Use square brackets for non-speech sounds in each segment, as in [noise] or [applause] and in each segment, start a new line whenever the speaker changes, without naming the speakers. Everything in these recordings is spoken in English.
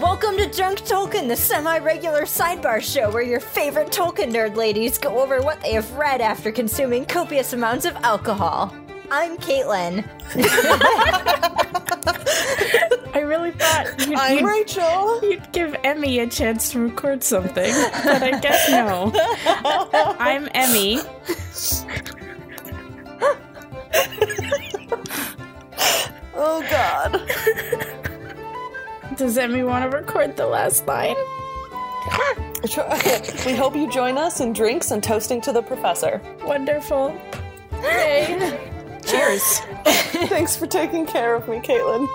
Welcome to Drunk Tolkien, the semi regular sidebar show where your favorite Tolkien nerd ladies go over what they have read after consuming copious amounts of alcohol. I'm Caitlin.
I really [laughs] thought you'd,
I'm
you'd,
Rachel.
you'd give Emmy a chance to record something, but I guess no. [laughs] I'm Emmy.
Oh [laughs] God.
Does Emmy want to record the last line?
we hope you join us in drinks and toasting to the professor.
Wonderful.
Cheers. [laughs] Thanks for taking care of me, Caitlin.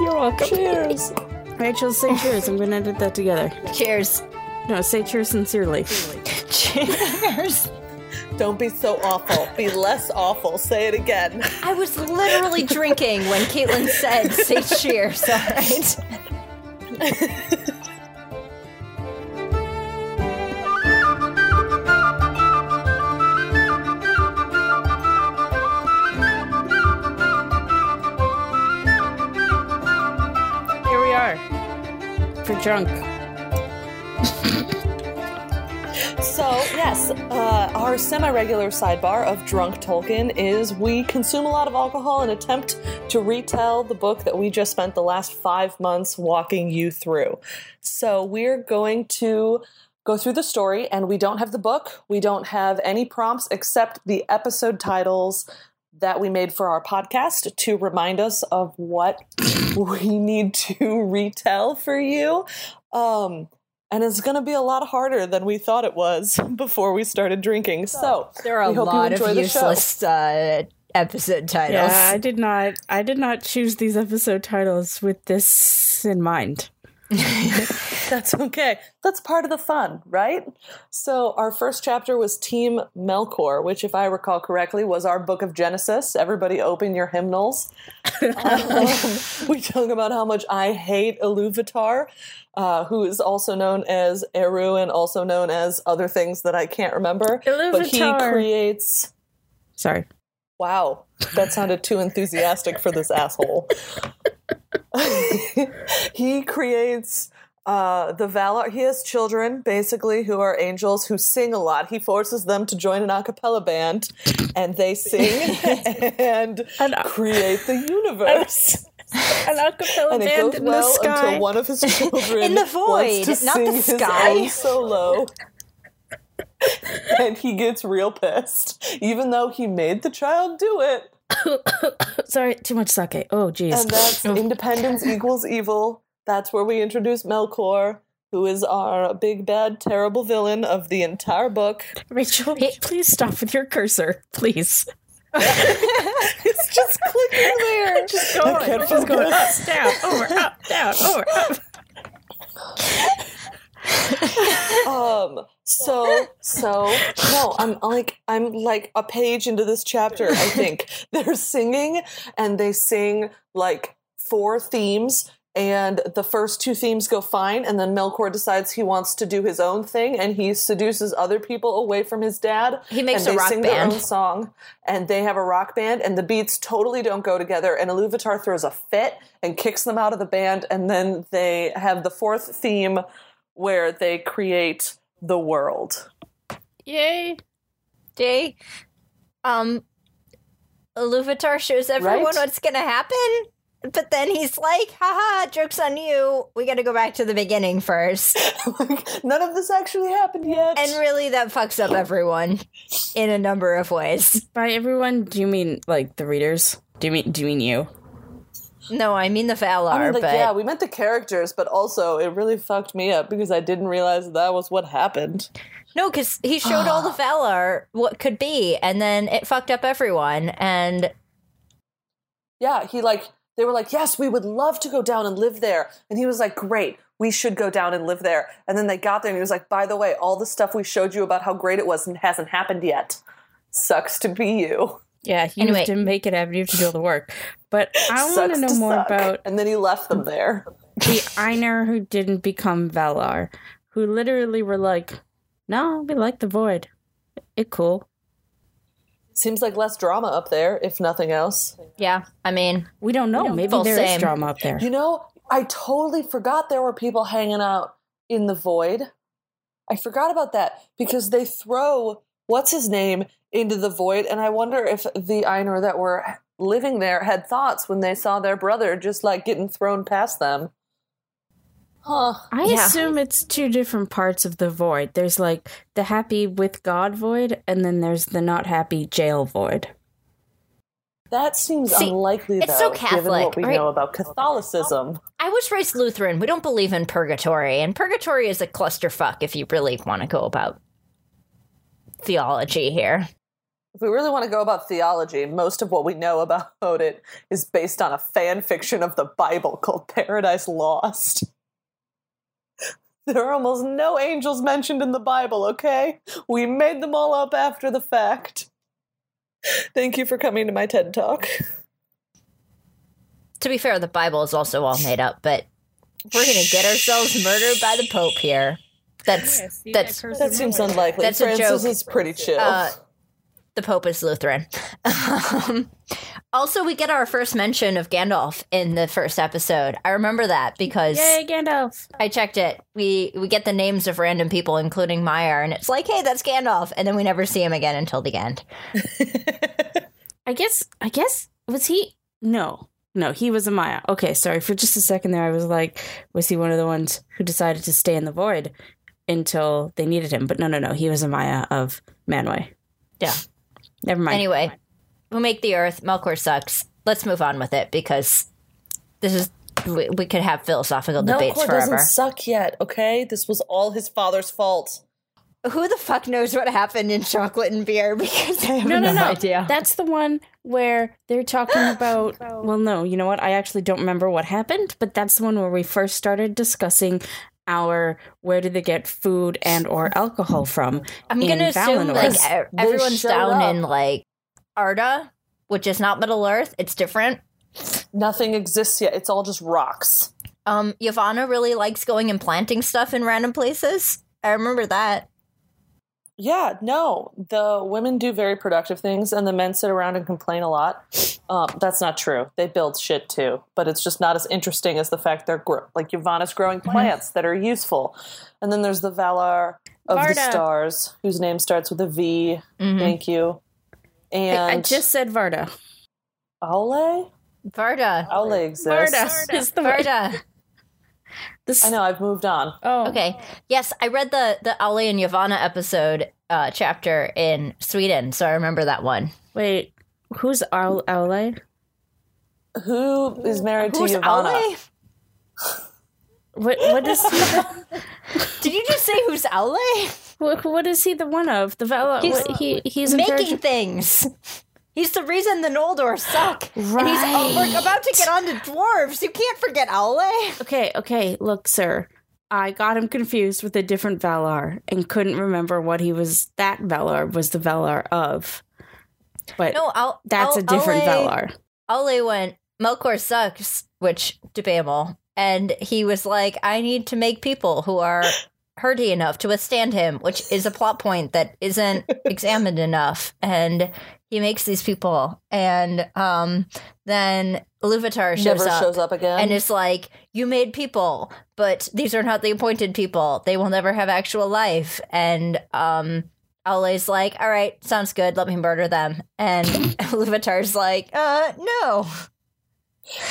You're welcome.
Cheers.
Rachel, say cheers. I'm going to edit that together.
Cheers. [laughs]
No, say cheers sincerely.
Cheers.
Don't be so awful. Be less awful. Say it again. [laughs]
I was literally drinking when Caitlin said, say cheers, [laughs] alright?
Here we are. For drunk.
So yes, uh, our semi-regular sidebar of drunk Tolkien is we consume a lot of alcohol and attempt to retell the book that we just spent the last five months walking you through. So we're going to go through the story, and we don't have the book. We don't have any prompts except the episode titles that we made for our podcast to remind us of what we need to retell for you. Um, and it's going to be a lot harder than we thought it was [laughs] before we started drinking. So
There are a
we hope you
lot
enjoy
of
the show.
useless uh, episode titles.
Yeah, I did not. I did not choose these episode titles with this in mind.
[laughs] That's okay. That's part of the fun, right? So, our first chapter was Team Melkor, which, if I recall correctly, was our book of Genesis. Everybody open your hymnals. Um, we talk about how much I hate Iluvatar, uh, who is also known as Eru and also known as other things that I can't remember. But he
Iluvatar.
creates.
[laughs] Sorry.
Wow, that sounded too enthusiastic for this asshole. [laughs] he creates uh, the Valar. He has children, basically, who are angels who sing a lot. He forces them to join an a cappella band, and they
[laughs]
sing and
uh,
An, an
create the universe.
acapella
And it
band
goes
in the
well
sky.
until one of his children
[laughs] In the void,
wants to
not the
sing his
sky.
own solo. and he gets real pissed, even though he made the child do it.
Sorry, too much sake. Oh,
And
[laughs] jeez.
that's independence equals evil. That's where we introduce Melkor, who is our big, bad, terrible villain of the entire book. [laughs]
Rachel, please stop with your cursor, please.
It's just
[laughs]
clicking there.
Just go
I can't
on. Just go up,
focus.
down, over, up, down, over, up.
Um. So so no. I'm like I'm like a page into this
[laughs]
chapter. I think they're singing and they sing like four themes. And the first two themes go fine, and then Melkor decides he wants to do his own thing, and he seduces other people away from his dad.
He makes
and
a
they
rock
sing
band.
Their own song, and they have a rock band, and the beats totally don't go together. And Iluvatar throws a fit and kicks them out of the band, and then they have the fourth theme where they create the world. [laughs]
Yay.
day. Um, Iluvatar shows everyone
Right?
what's gonna happen, but then he's like, haha, joke's on you. We gotta go back to the beginning first.
[laughs] Like, None of this actually happened yet.
And really, that fucks up everyone in a number of ways.
By everyone, do you mean like the readers? Do you mean do you mean you?
No, I mean the Valar,
I mean, like,
but
yeah, we met the characters, but also it really fucked me up because I didn't realize that was what happened.
no, because he showed all
[sighs]
the Valar what could be, and then it fucked up everyone. And
Yeah, he like they were like, "Yes, we would love to go down and live there." And he was like, "Great, we should go down and live there." And then they got there and he was like, "By the way, all the stuff we showed you about how great it was and hasn't happened yet. Sucks to be you."
Yeah, you
Anyway.
have to make it happen. You have to do all the work. But I want
Sucks
to know more
suck."
about
And then he left them there.
the Einar who didn't become Valar, who literally were like, "No, we like the void. It cool.
Seems like less drama up there, if nothing else.
yeah, I mean,
We don't know. Maybe
Full
there is
same.
drama up there.
You know, I totally forgot there were people hanging out in the void. I forgot about that because they throw what's his name into the void, and I wonder if the Ainur that were living there had thoughts when they saw their brother just like getting thrown past them. Huh.
I
Yeah.
assume it's two different parts of the void. There's like the happy with God void, and then there's the not happy jail void.
that seems
See,
unlikely.
it's
though,
so
given what
Catholic,
we
right?
know about Catholicism.
I was raised Lutheran. We don't believe in purgatory, and purgatory is a clusterfuck if you really want to go about theology here.
If we really want to go about theology, most of what we know about it is based on a fan fiction of the Bible called Paradise Lost. There are almost no angels mentioned in the Bible, okay? We made them all up after the fact. Thank you for coming to my TED Talk.
To be fair, the Bible is also all made up, but we're gonna get ourselves murdered by the Pope here. That's that's
That seems unlikely.
That's a
Francis
joke.
is pretty chill.
Uh, the Pope is Lutheran. um, also, we get our first mention of Gandalf in the first episode. I remember that because
Yay, Gandalf!
I checked it. We we get the names of random people, including Meyer, and it's like, hey, that's Gandalf, and then we never see him again until the end.
I guess. I guess was he? No, no, he was a Maya. Okay, sorry for just a second there. I was like, was he one of the ones who decided to stay in the void until they needed him? But no, no, no, he was a Maya of Manway.
Yeah.
Never mind.
Anyway, we make the Earth. Melkor sucks. Let's move on with it because this is we, we could have philosophical debates
Melkor
forever.
doesn't suck yet, okay? This was all his father's fault.
Who the fuck knows what happened in Chocolate and Beer? [laughs] Because I have
no, no, no.
idea.
That's the one where they're talking
[gasps]
about. well, no, you know what? I actually don't remember what happened, but that's the one where we first started discussing our where did they get food and or alcohol from.
I'm
in
gonna assume
Valinor.
like
Because
e-
they
everyone's
showed
down
up.
in like Arda, which is not Middle Earth. It's different.
Nothing exists yet. It's all just rocks.
Um, Yavanna really likes going and planting stuff in random places. I remember that.
Yeah, no. The women do very productive things, and the men sit around and complain a lot. Um, that's not true. They build shit too, but it's just not as interesting as the fact they're gr- like Yvonna's growing plants that are useful. And then there's the Valar of the
Varda. Hmm.
Stars, whose name starts with a V.
Mm-hmm.
Thank you.
I-
And
I, just said Varda.
Aule.
[laughs] Varda,
Aule exists.
Varda is [laughs] the word.
Varda.
This,
I know. I've moved on.
Oh,
Okay. Yes, I read the the Ali and Yavanna episode uh, chapter in Sweden, so I remember that one.
Wait, who's Al- Aule?
Who is married
Who's
to Yvonne?
Ali?
What what is
[laughs]
he,
Did you just say who's
[laughs]
Ali?
what, what is he the one of? The Vala?
He's
what, he he's in
[laughs]
charge
Making
of-
things. He's the reason the Noldor suck. And he's oh, we're about to get on to dwarves. You can't forget Ali.
Okay, okay, look, sir. I got him confused with a different Valar and couldn't remember what he was. That Valar was the Valar of. But
No, Al-
that's
Al-
a different
Ale-
Valar.
Ale went, Melkor sucks, which debatable. And he was like, I need to make people who
[laughs]
are hardy enough to withstand him, which is a plot point that
[laughs]
isn't examined enough. And he makes these people. And um, then Iluvatar shows,
Never
up,
shows up again.
and is like, You made people, but these are not the appointed people. They will never have actual life. And um, Ale's like, All right, sounds good. Let me murder them. And [laughs] Iluvatar's like, uh, No.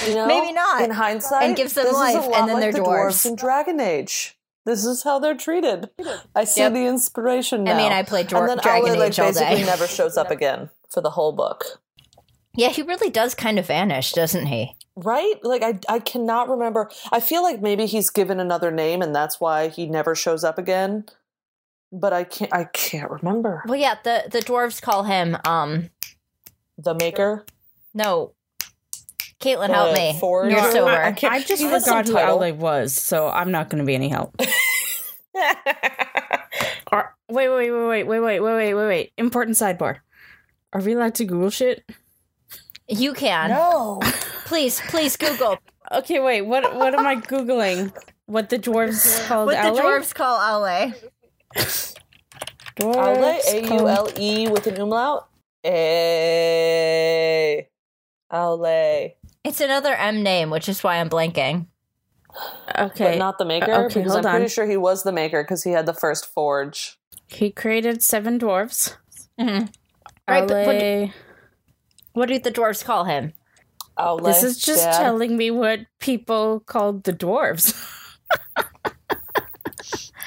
You know,
Maybe not.
In hindsight,
And gives them
this is a
life,
lot
and then
like
they're
the
dwarves.
in Dragon Age. This is how they're treated. I see
Yep.
the inspiration. Now.
I mean, I played Dwar-
and then
Dragon
Aule, like,
Age all
basically
day.
never shows up again for the whole book,
[laughs] Yeah, he really does kind of vanish, doesn't he?
right? Like I, I cannot remember. I feel like maybe he's given another name, and that's why he never shows up again. But I can't, I can't remember
Well, yeah, the the dwarves call him um
the maker.
no. Caitlin, help
The
me.
forge-
You're
I,
sober.
can't-
I just
he has some
forgot who Aule
title.
was, so I'm not going to be any help.
[laughs]
Or, wait, wait, wait, wait, wait, wait, wait, wait, wait, wait. Important sidebar. Are we allowed to Google shit?
You can.
no,
Please, please
[laughs]
Google
Okay, wait. What what am I googling? What the dwarves
[laughs]
called
what the
Aule?
dwarves call Ale.
Aule,
Dwarves
A U
called-
L E with an umlaut. Eh. A Aule.
It's another M name, which is why I'm blanking.
okay. Uh,
but not the maker.
okay,
because
hold
I'm
on.
pretty sure he was the maker because he had the first forge.
he created seven dwarves.
Mhm. Right, but what-
Ale-
What do the dwarves call him?
Oh,
this is just telling me what people called the dwarves. [laughs]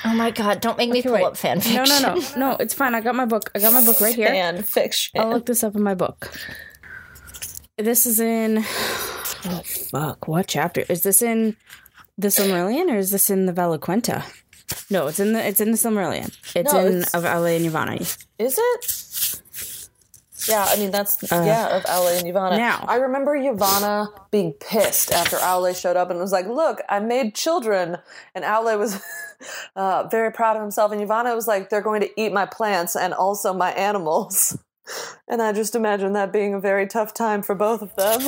Oh my god! Don't make me
Okay,
pull
wait.
up fanfiction.
no, no, no, no. It's fine. I got my book. I got my book right here.
fan fiction.
I'll look this up in my book. This is in. Oh, fuck. What chapter? Is this in the Silmarillion or is this in the Valaquenta? No, it's in the it's in the Silmarillion. It's
No,
in
it's-
of Ale and Ivani.
Is it? Yeah, I mean that's yeah of Ale and Ivana.
Uh, now.
I remember Ivana being pissed after Ale showed up and was like, "Look, I made children," and Ale was [laughs] uh, very proud of himself, and Ivana was like, "They're going to eat my plants and also my animals." [laughs] And I just imagine that being a very tough time for both of them.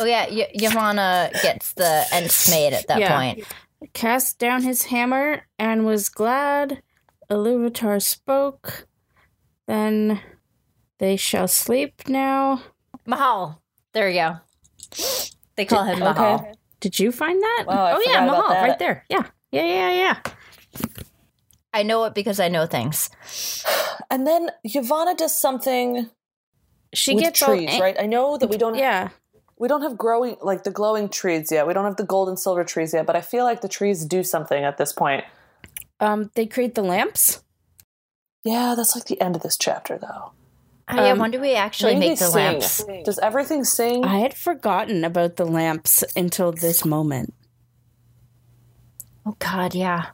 Oh yeah, y- Yavanna gets the ends made at that
Yeah.
point.
Cast down his hammer and was glad. Iluvatar spoke. Then they shall sleep now.
Mahal. There you go. They call him Mahal.
Did you find that?
Wow, I
oh yeah,
forgot about
Mahal,
that.
right there. Yeah. Yeah, yeah, yeah.
I know it because I know things.
And then Ivana does something
She
with
gets all
trees,
ang-
right? I know that we don't
Yeah.
we don't have growing like the glowing trees yet. We don't have the gold and silver trees yet, but I feel like the trees do something at this point.
Um they create the lamps.
Yeah, that's like the end of this chapter, though.
Oh, yeah,
Um,
when do we actually
Maybe
make
they
the
sing.
lamps?
Does everything sing?
I had forgotten about the lamps until this moment.
Oh God, yeah.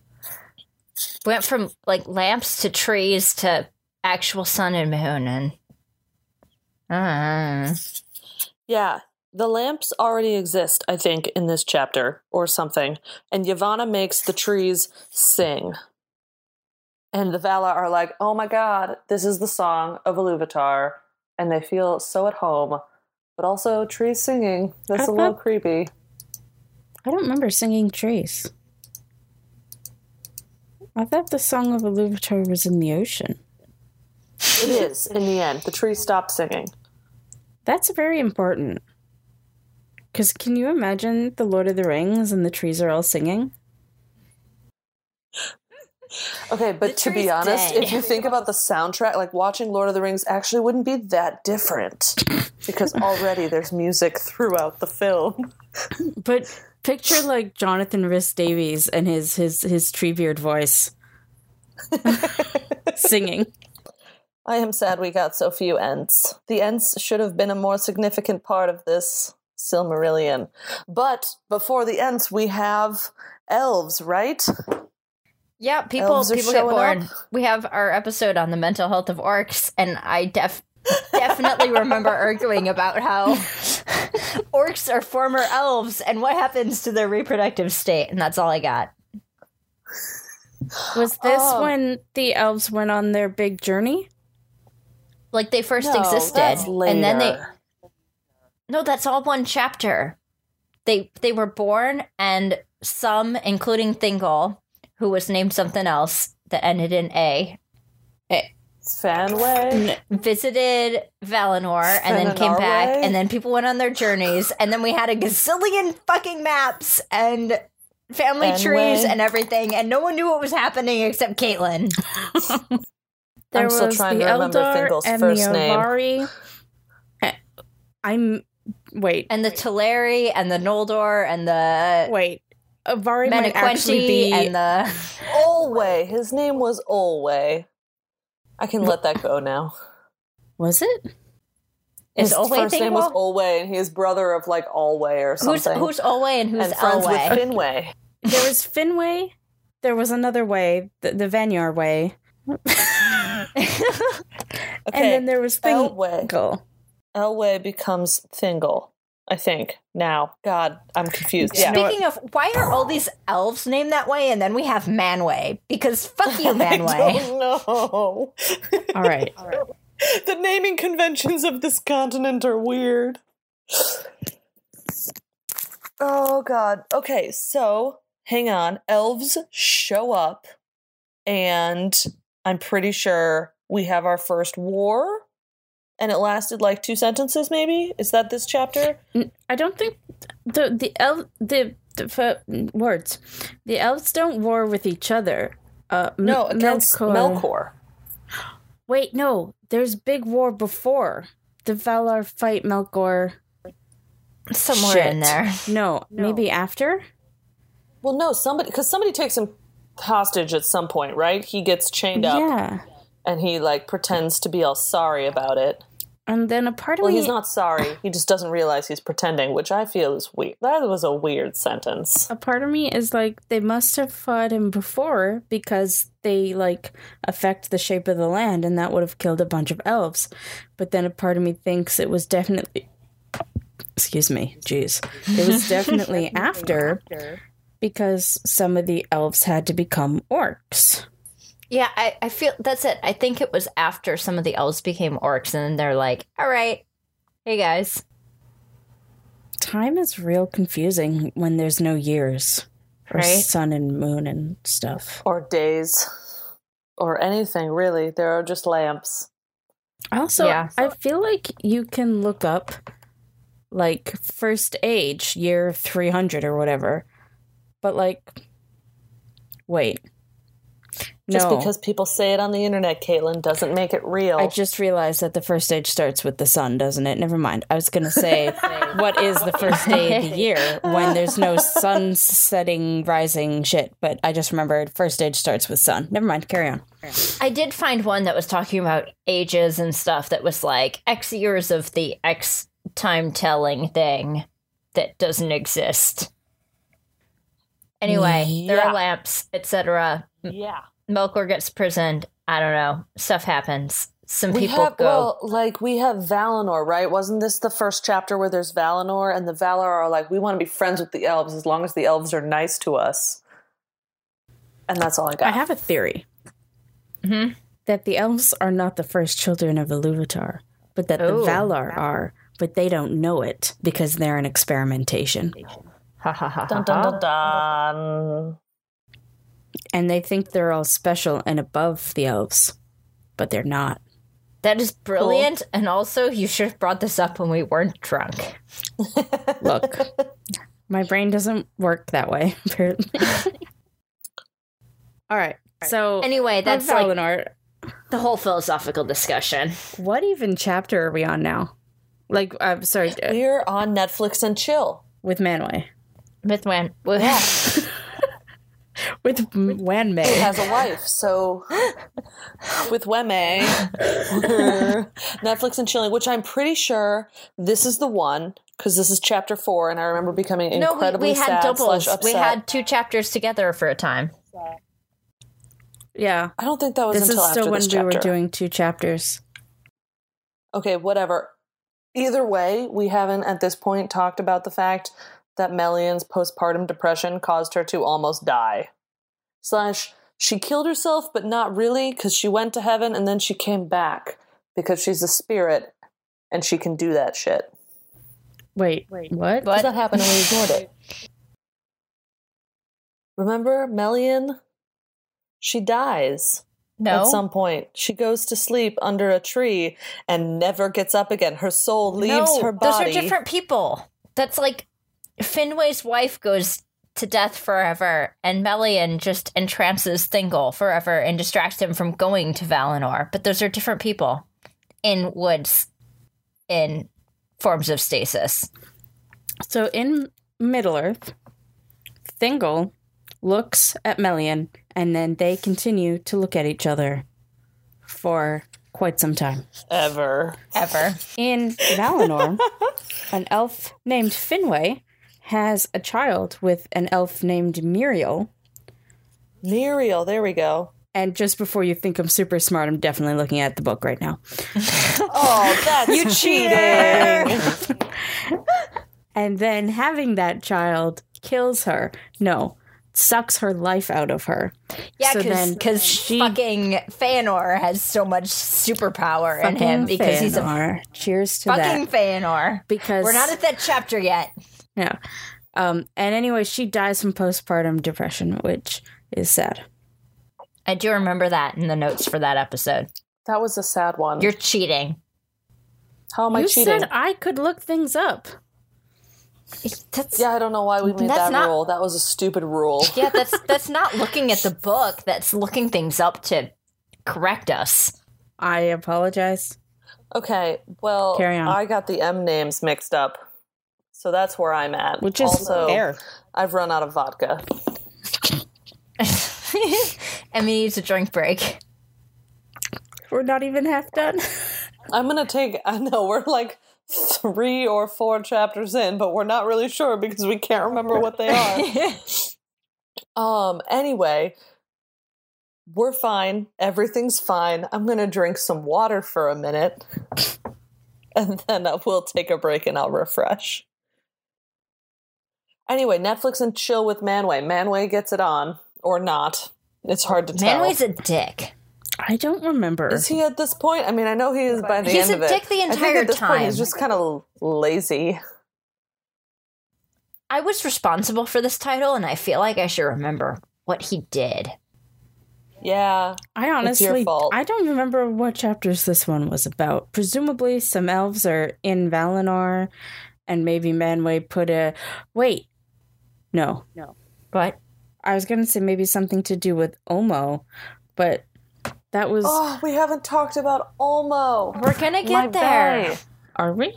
Went from like lamps to trees to actual sun and moon and. Uh,
yeah, the lamps already exist, I think, in this chapter or something. And Yavanna makes the trees sing. And the Vala are like, oh my god, this is the song of Iluvatar. And they feel so at home. But also, trees singing. That's a little creepy.
I don't remember singing trees. I thought the song of Iluvatar was in the ocean.
It is, in the end. The trees stop singing.
That's very important. Because can you imagine the Lord of the Rings and the trees are all singing?
Okay, but to
tree's
be honest,
dead.
if you think about the soundtrack, like watching Lord of the Rings actually wouldn't be that
[laughs]
different because already there's music throughout the film.
But picture like Jonathan Rhys Davies and his his his tree beard voice
[laughs]
singing.
I am sad we got so few ends. The ends should have been a more significant part of this Silmarillion. But before the ends, we have elves, right?
yeah, people
Elves are
people get
showing
bored.
up.
We have our episode on the mental health of orcs, and I def definitely
[laughs]
remember arguing about how orcs are former elves and what happens to their reproductive state, and that's all I got.
Was this
Oh.
when the elves went on their big journey?
Like they first
No,
existed,
that's
and then they
later.
No, that's all one chapter. They they were born and some, including Thingol, who was named something else that ended in A,
Fanway.
visited Valinor and then
Spent
came
an
back,
hour away.
and then people went on their journeys, and then we had a gazillion fucking maps and family
Fenway.
trees and everything, and no one knew what was happening except Caitlin.
There
I'm still
was
trying
the
to remember
Eldar
Thingol's
and
first
the
name.
Alvari. Eh, I'm wait,
And the Teleri and the Noldor and the
wait. Avari might actually
Menaquenti
be
and the
Olway. His name was Olway. I can let that go now.
Was it?
Is
His
Olway
first name was
Thingwall?
Olway, and he is brother of like Alway or
who's
something.
who's Olway and who's
and friends
Elway?
with Finway.
There was Finway. There was another way, the, the Vanyar way, and then there was Thingol.
Elway. Elway becomes Thingol, I think. Now, God, I'm confused. Yeah,
Speaking of, why are all these elves named that way, and then we have Manway? Because fuck you,
[laughs] I
Manway.
don't know.
All right.
the naming conventions of this continent are weird. Oh God. Okay, so hang on. Elves show up, and I'm pretty sure we have our first war, and it lasted like two sentences, maybe. Is that this chapter?
N- I don't think the the elf the, the f- words the elves don't war with each other. Uh, M-
No, against Melkor.
Wait, no. There's big war before the Valar fight Melkor.
Somewhere in
Shit.
there.
No, maybe after.
Well, no, somebody because somebody takes him hostage at some point, right? He gets chained up
Yeah,
and he like pretends to be all sorry about it.
and then a part of
Well,
me.
he's not sorry. He just doesn't realize he's pretending, which I feel is weird. That was a weird sentence.
a part of me is like they must have fought him before because they like affect the shape of the land and that would have killed a bunch of elves but then a part of me thinks it was definitely excuse me jeez it [laughs] was definitely after because some of the elves had to become orcs
Yeah, I, I feel that's it. I think it was after some of the elves became orcs, and then they're like, all right, hey guys.
time is real confusing when there's no years or
Right.
sun and moon and stuff
Or days. Or anything, really. There are just lamps.
Also,
Yeah.
I feel like you can look up like first age, year 300 or whatever. But like, wait.
Just
no,
because people say it on the internet, Caitlin, doesn't make it real.
I just realized that the first age starts with the sun, doesn't it? Never mind. I was going to
[laughs]
say, what is the first day of the year when there's no
[laughs]
sun setting, rising shit? But I just remembered first age starts with sun. Never mind. Carry on.
I did find one that was talking about ages and stuff that was like X years of the X time telling thing that doesn't exist. Anyway, there
Yeah.
are lamps, etc.
yeah.
Melkor gets prisoned. I don't know. Stuff happens. Some
We
people
have,
go.
well, like we have Valinor, right? Wasn't this the first chapter where there's Valinor and the Valar are like, we want to be friends with the elves as long as the elves are nice to us. And that's all I got.
I have a theory Mm-hmm.
Mhm.
that the elves are not the first children of Iluvatar, but that
Oh.
the Valar are, but they don't know it because they're in experimentation.
ha ha ha.
dun,
ha,
dun,
ha.
dun,
Uh-huh.
dun.
And they think they're all special and above the elves, but they're not.
That is brilliant. And also, you should have brought this up when we weren't drunk.
Look, my brain doesn't work that way, [laughs] apparently. all right. So,
Anyway,
on
that's like
Valinor,
the whole philosophical discussion.
what even chapter are we on now? Like, I'm sorry, uh,
We're on Netflix and chill.
with Manway.
With when? With,
With Wanmei.
Has a
[gasps]
wife, so with Weme,
[laughs]
Netflix and chilling, which I'm pretty sure this is the one because this is chapter four, and I remember
[laughs]
becoming
no, we,
incredibly
we had
sad slash
doubles.
upset.
We had two chapters together for a time.
Yeah.
I don't think that was
This is
until
still
after
when
this
we
chapter.
were doing two chapters.
okay, whatever. Either way, we haven't at this point talked about the fact that Melian's postpartum depression caused her to almost die. Slash, she killed herself, but not really, because she went to heaven and then she came back because she's a spirit and she can do that shit.
Wait, wait, what?
Does
But
that happen and we ignored it? Remember, Melian? She dies
no,
at some point. She goes to sleep under a tree and never gets up again. Her soul leaves
no,
her body.
Those are different people. That's like Finway's wife goes to death forever, and Melian just entrances Thingol forever and distracts him from going to Valinor. But those are different people in woods, in forms of stasis.
So in Middle Earth, Thingol looks at Melian, and then they continue to look at each other for quite some time.
Ever.
Ever.
In Valinor, an elf named Finwë has a child with an elf named Muriel.
Muriel, there we go.
And just before you think I'm super smart, I'm definitely looking at the book right now.
[laughs] Oh, that's you cheating.
And then having that child kills her. No, sucks her life out of her.
Yeah,
So then
because
she-
fucking Fanor has so much superpower in him because he's a
Fanor. cheers to
fucking
that.
Fanor.
Because
We're not at that chapter yet.
no. Um, and anyway, she dies from postpartum depression, which is sad.
I do remember that in the notes for that episode.
that was a sad one.
You're cheating.
How am I
you
cheating?
said I could look things up.
That's
Yeah, I don't know why we made
That's
that
not-
rule. That was a stupid rule.
yeah, that's that's not looking at the book. That's looking things up to correct us. [laughs]
I apologize.
Okay, well,
Carry on.
I got the M names mixed up. So that's where I'm at.
Which is
also,
fair.
I've run out of vodka.
Emmy needs a drink break.
We're not even half done. [laughs]
I'm gonna take. [laughs] I know we're like three or four chapters in, but we're not really sure because we can't remember what they are. um. Anyway, we're fine. Everything's fine. I'm gonna drink some water for a minute, [laughs] and then I will take a break and I'll refresh. Anyway, Netflix and chill with Manway. Manway gets it on or not. It's hard to tell.
Manway's a dick.
I don't remember.
Is he at this point? I mean, I know he is by the
He's
end
a
of it.
dick the
I think
entire
at this Point, he's
time.
just kind of lazy.
I was responsible for this title, and I feel like I should remember what he did.
Yeah,
I
It's your
honestly,
fault.
I don't remember what chapters this one was about. Presumably, some elves are in Valinor, and maybe Manway put a wait. No, no.
But
I was gonna say maybe something to do with Omo, but that was.
Oh, we haven't talked about Olmo.
we're gonna
My
get there.
bae.
Are we?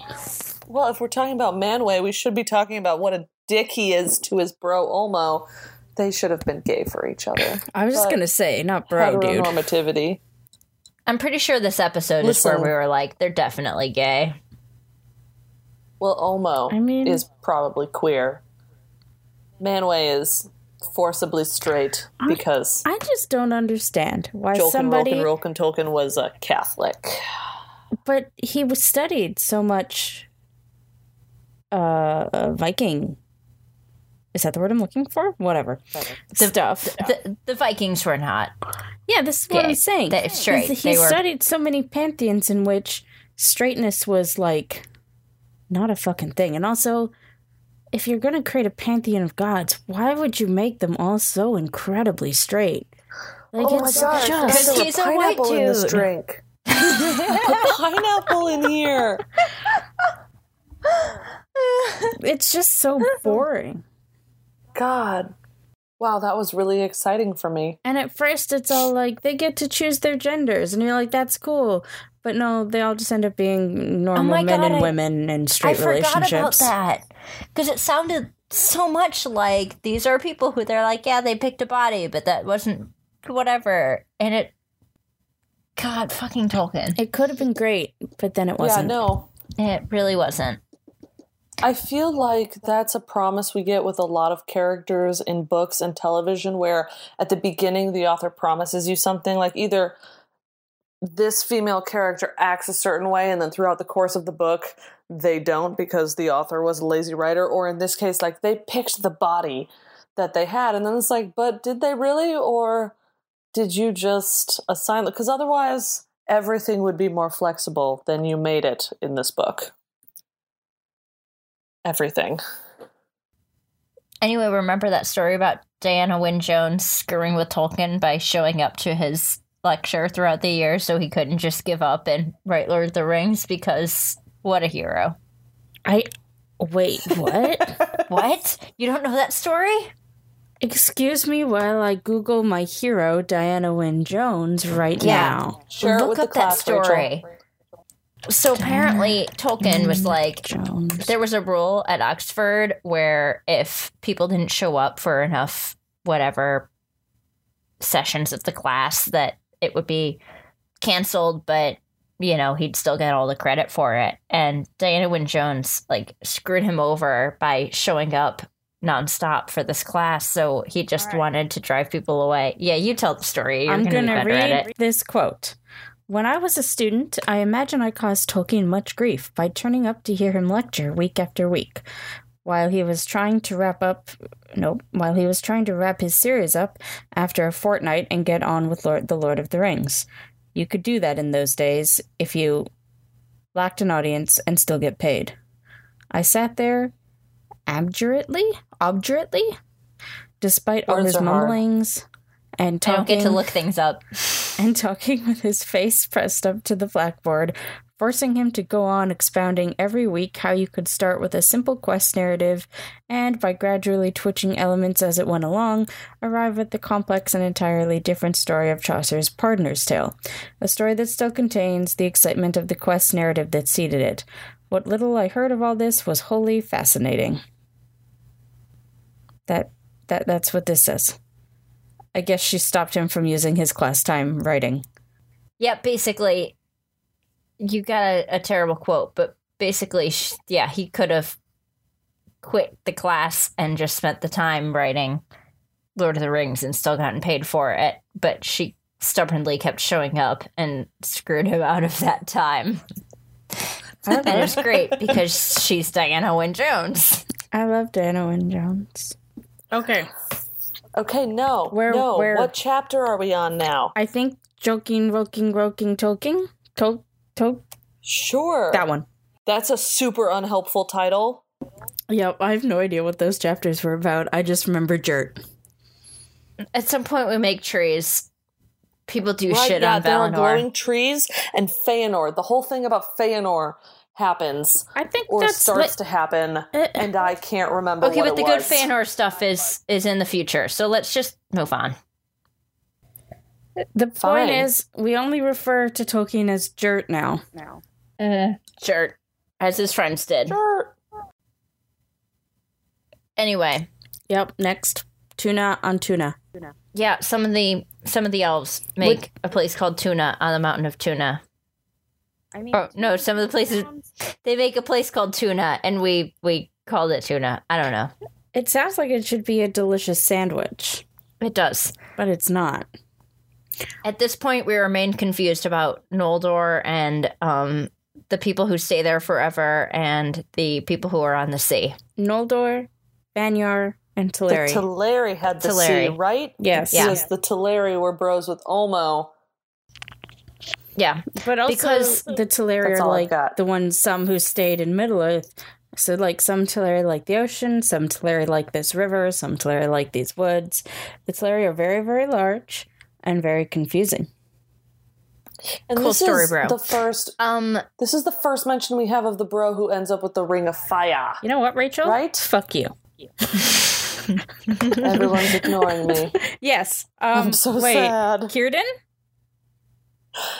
Well, if we're talking about Manway, we should be talking about what a dick he is to his bro Olmo. They should have been gay for each other.
I was just
But-
gonna say, not bro, dude.
Heteronormativity.
I'm pretty sure this episode is
Listen.
where we were like, they're definitely gay.
Well, Olmo
I mean-
is probably queer. Manway is forcibly straight because
I just don't understand why
Jolkin
somebody.
Rolkin Rolkin Tolkien was a Catholic.
But he was studied so much. Uh, Viking. Is that the word I'm looking for? Whatever. Stuff.
The, the Vikings were not.
Yeah, this is what
Yeah,
I'm saying.
that it's straight.
He's- He
They were-
studied so many pantheons in which straightness was like not a fucking thing. And also, if you're going to create a pantheon of gods, why would you make them all so incredibly straight? Like,
Oh
it's just.
Because he's a white
pineapple in this
dude. [laughs]
drink. a pineapple in here.
It's just
[laughs]
so boring.
God. Wow, that was really exciting for me.
And at first, it's all like they get to choose their genders, and you're like, that's cool. But no, they all just end up being normal
my
men
God,
and
I-
women and
I
straight
forgot about
relationships.
that because it sounded so much like these are people who they're like, yeah, they picked a body, but that wasn't whatever. And it, God, fucking Tolkien,
It could have been great, but then it
Yeah,
wasn't.
no.
it really wasn't.
I feel like that's a promise we get with a lot of characters in books and television where at the beginning the author promises you something like either this female character acts a certain way and then throughout the course of the book they don't because the author was a lazy writer or in this case like they picked the body that they had and then it's like but did they really or did you just assign because otherwise everything would be more flexible than you made it in this book everything
Anyway, remember that story about Diana Wynne Jones screwing with Tolkien by showing up to his lecture throughout the year so he couldn't just give up and write Lord of the Rings because what a hero.
I wait,
[laughs]
what?
What? You don't know that story?
Excuse me while I Google my hero Diana Wynne Jones right
Yeah.
now.
Share it
Look
with
up
the class,
that story.
Rachel.
So apparently, Tolkien
Mm-hmm.
was like,
Jones.
there was a rule at Oxford where if people didn't show up for enough, whatever sessions of the class, that it would be canceled, but you know, he'd still get all the credit for it. And Diana Wynne Jones like screwed him over by showing up nonstop for this class. So he just wanted to drive people away. Yeah, you tell the story. You're
I'm
gonna,
going
be
to
better at it.
read this quote. When I was a student, I imagine I caused Tolkien much grief by turning up to hear him lecture week after week. While he was trying to wrap up, nope, while he was trying to wrap his series up after a fortnight and get on with Lord, The Lord of the Rings. You could do that in those days if you lacked an audience and still get paid. I sat there obdurately, obdurately, despite all
Words
his
are hard.
mumblings and
I
talking
don't get to look things up.
and talking with his face pressed up to the blackboard forcing him to go on expounding every week how you could start with a simple quest narrative and, by gradually twitching elements as it went along, arrive at the complex and entirely different story of Chaucer's Pardoner's Tale, a story that still contains the excitement of the quest narrative that seeded it. What little I heard of all this was wholly fascinating. That that that's what this says. I guess she stopped him from using his class time writing.
Yep, basically, you got a, a terrible quote, but basically, sh- yeah, he could have quit the class and just spent the time writing Lord of the Rings and still gotten paid for it. But she stubbornly kept showing up and screwed him out of that time.
I
[laughs] And
love,
it's great because she's Diana Wynne Jones.
I love Dana Wynne Jones. Okay.
Okay, no.
Where-
no.
where-
What chapter are we on now?
I think joking, roking, roking, toking, to, to,
Sure.
that one.
That's a super unhelpful title.
Yep, I have no idea what those chapters were about. I just remember Jert.
At some point, we make trees. People do
Right,
shit
yeah,
on
there are
Valinor.
glowing trees and Feanor. The whole thing about Feanor happens
I think
or
that's
starts to happen,
Uh,
and I can't remember.
Okay,
what
but the
it
good
was.
Fanor stuff is is in the future. So let's just move on.
like, the
Fine.
point is we only refer to Tolkien as Jert now. Now. Eh.
Sure, as his friends did.
Sure.
Anyway,
Yep. Next, tuna on tuna.
yeah, some of the some of the elves make a place called Tuna on the mountain of Tuna.
I mean,
Oh no, some of the places they make a place called Tuna, and we we called it Tuna. I don't know.
It sounds like it should be a delicious sandwich,
It does.
but it's not.
At this point, we remain confused about Noldor and um, the people who stay there forever and the people who are on the sea.
Noldor, Banyar, and
The
Teleri.
Teleri had the sea,
Teleri.
right?
Yes.
Yeah.
Because the Teleri were bros with Olmo.
Yeah,
But also
Because-
the Teleri
That's all
are
I've
like
got.
the ones some who stayed in Middle Earth. So like some Teleri like the ocean, some Teleri like this river, some Teleri like these woods. The Teleri are very, very large and very confusing.
And
Cool
this
story,
is
bro.
the first.
um,
This is the first mention we have of the bro who ends up with the Ring of Fire.
You know what, Rachel?
Right?
Fuck you.
Everyone's ignoring me.
Yes. [laughs] Um
I'm so
wait.
sad.
Kierden?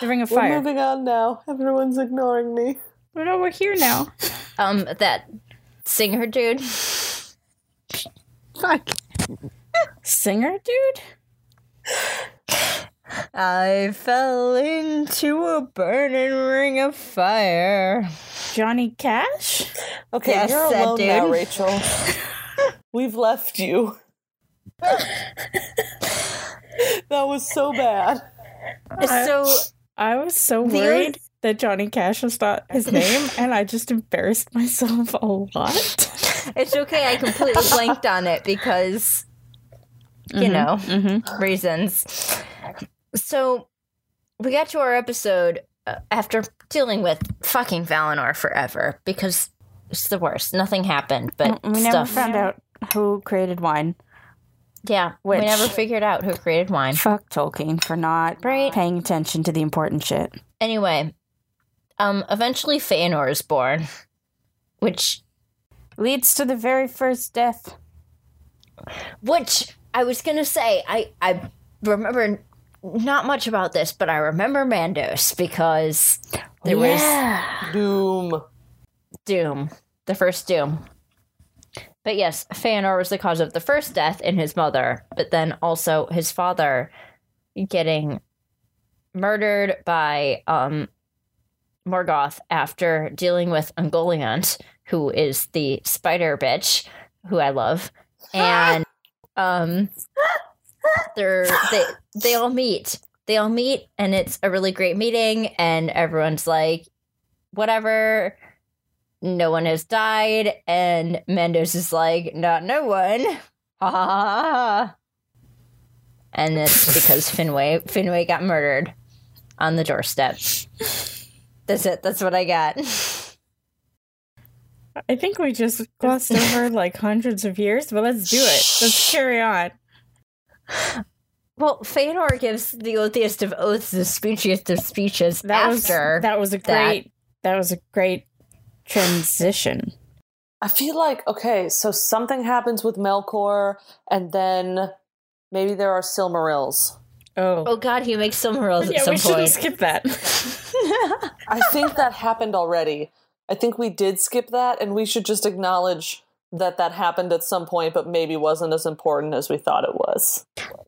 The Ring of
We're
Fire.
moving on now. Everyone's ignoring me.
But no, we're here now.
um, that singer dude.
Singer dude?
I fell into a burning ring of fire.
Johnny Cash?
Okay,
Yes,
you're
that
alone now,
dude.
Rachel. [laughs] We've left [laughs] you. that was so bad.
So
I was so
The only-
worried that Johnny Cash was not his name, and I just embarrassed myself a lot.
it's okay. I completely blanked on it because, you know,
Mm-hmm.
reasons. So we got to our episode uh, after dealing with fucking Valinor forever because it's the worst. Nothing happened, but
We never
stuff.
found out who created wine.
yeah,
which-
we never figured out who created wine.
Fuck Tolkien for not
Right.
paying attention to the important shit.
Anyway, um, eventually Feanor is born, which
Leads to the very first death.
which I was gonna say I I remember not much about this, but I remember Mandos because there was
Doom.
Doom, the first Doom. But yes, Feanor was the cause of the first death in his mother, but then also his father getting murdered by um, Morgoth after dealing with Ungoliant, who is the spider bitch, who I love, and um, they're they they all meet. They all meet, and it's a really great meeting, and everyone's like, whatever no one has died, and Mendo's is like, not no one. [laughs] Ha ha ha, ha. And
[laughs]
it's because Finway Finway got murdered on the doorstep. That's it. That's what I got. [laughs]
I think we just glossed [laughs] over like hundreds of years, but let's do it. Let's carry on.
Well, Feanor gives the oathiest of oaths, the speechiest of speeches
That was
after.
that was a
that.
great that was a great transition.
I feel like okay, so something happens with Melkor, and then maybe there are Silmarils.
Oh,
Oh God, he makes Silmarils at some
we shouldn't
point.
skip [laughs] that.
I think that happened already. I think we did skip that, and we should just acknowledge that that happened at some point, but maybe wasn't as important as we thought it was.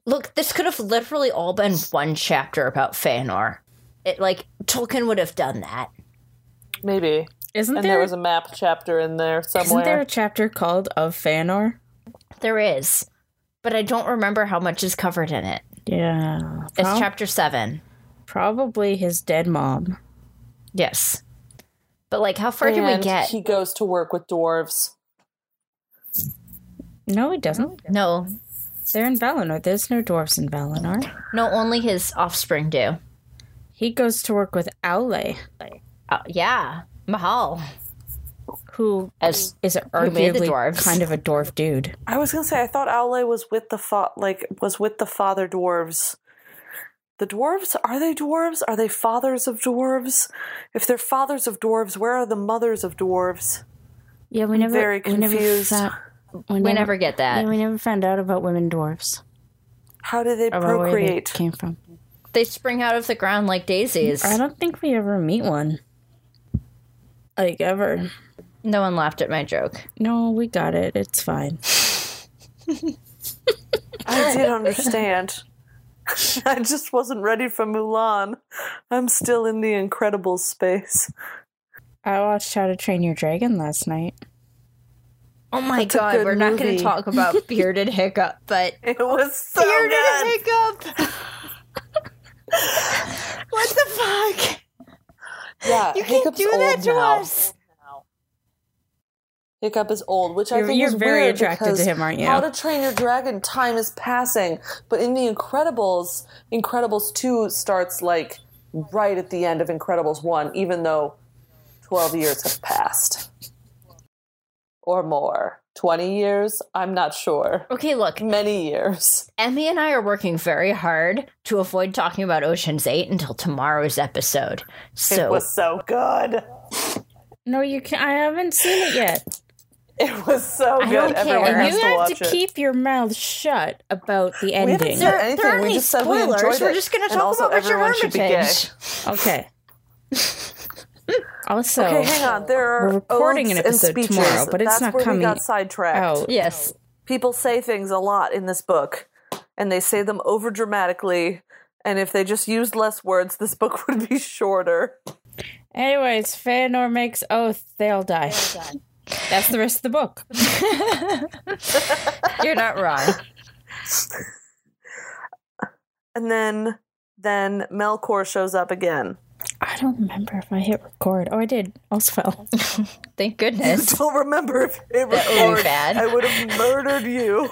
Look, this could have literally all been one chapter about Feanor. It like Tolkien would have done that.
Maybe.
isn't
And
there,
there was a map chapter in there
isn't there a
somewhere.
chapter called of Fanor?
There is, but I don't remember how much is covered in it.
Yeah,
It's
prob-
chapter seven.
probably his dead mom.
Yes, but like, how far do we
And
get?
He goes to work with dwarves.
No, he doesn't.
no,
They're in Valinor. There's no dwarves in Valinor.
no, only his offspring do.
He goes to work with Aule,
Uh, yeah, Mahal.
who
As
is
made the
arguably
dwarves.
kind of a dwarf dude.
I was gonna say I thought Aule was with the fa- like was with the father dwarves. The dwarves are they dwarves? Are they fathers of dwarves? If they're fathers of dwarves, where are the mothers of dwarves?
Yeah, we never.
very
We never,
confused.
found, we
we
never-
never get that.
yeah, we never found out about women dwarves.
How do they
About where they
procreate?
came from.
They spring out of the ground like daisies.
I don't think we ever meet one. Like ever.
No one laughed at my joke.
No, we got it. It's fine.
[laughs] I did understand. [laughs] I just wasn't ready for Mulan. I'm still in the Incredibles space.
I watched How to Train Your Dragon last night.
Oh my
a
god,
good
we're not going
movie.
to talk [laughs] about bearded hiccup, but
Oh, It was so
bearded
good.
hiccup. [laughs] what the fuck?
Yeah,
You can't do that to us.
Hiccup is old, which I
You're,
think
you're
is
very
weird
attracted
because
to him, aren't you?
How to Train Your Dragon, time is passing. But in The Incredibles, Incredibles 2 starts like right at the end of Incredibles 1, even though 12 years have passed. Or more. 20 years? I'm not sure.
Okay, look,
Many years.
Emmy and I are working very hard to avoid talking about Ocean's 8 until tomorrow's episode.
it
So,
was so good.
no, you can't. I haven't seen it yet.
It was so
I
good.
don't care.
Everyone
And
has
you
to
have
watch
to
it.
keep your mouth shut about the
we haven't
ending.
said
There-
anything.
there aren't
we
any
just said we
spoilers.
enjoyed
We're
it.
just gonna
And
talk
also
about Richard
everyone should be gay.
Armitage.
[laughs] Okay. Also,
Okay, hang on. There are
We're recording
oaths
an
and
episode
speeches.
tomorrow, but it's
That's
not
where
coming
we got sidetracked.
out.
yes.
People say things a lot in this book, and they say them over dramatically. And if they just used less words, this [laughs] book would be shorter.
Anyways, Feanor makes oath. They all die. That's the rest of the book.
You're not wrong.
And then, then Melkor shows up again. [laughs]
I don't remember if I hit record. Oh, I did. Also fell.
Thank
[laughs]
goodness.
Don't remember if it
would be
recorded.
bad.
I would have murdered
[laughs]
you.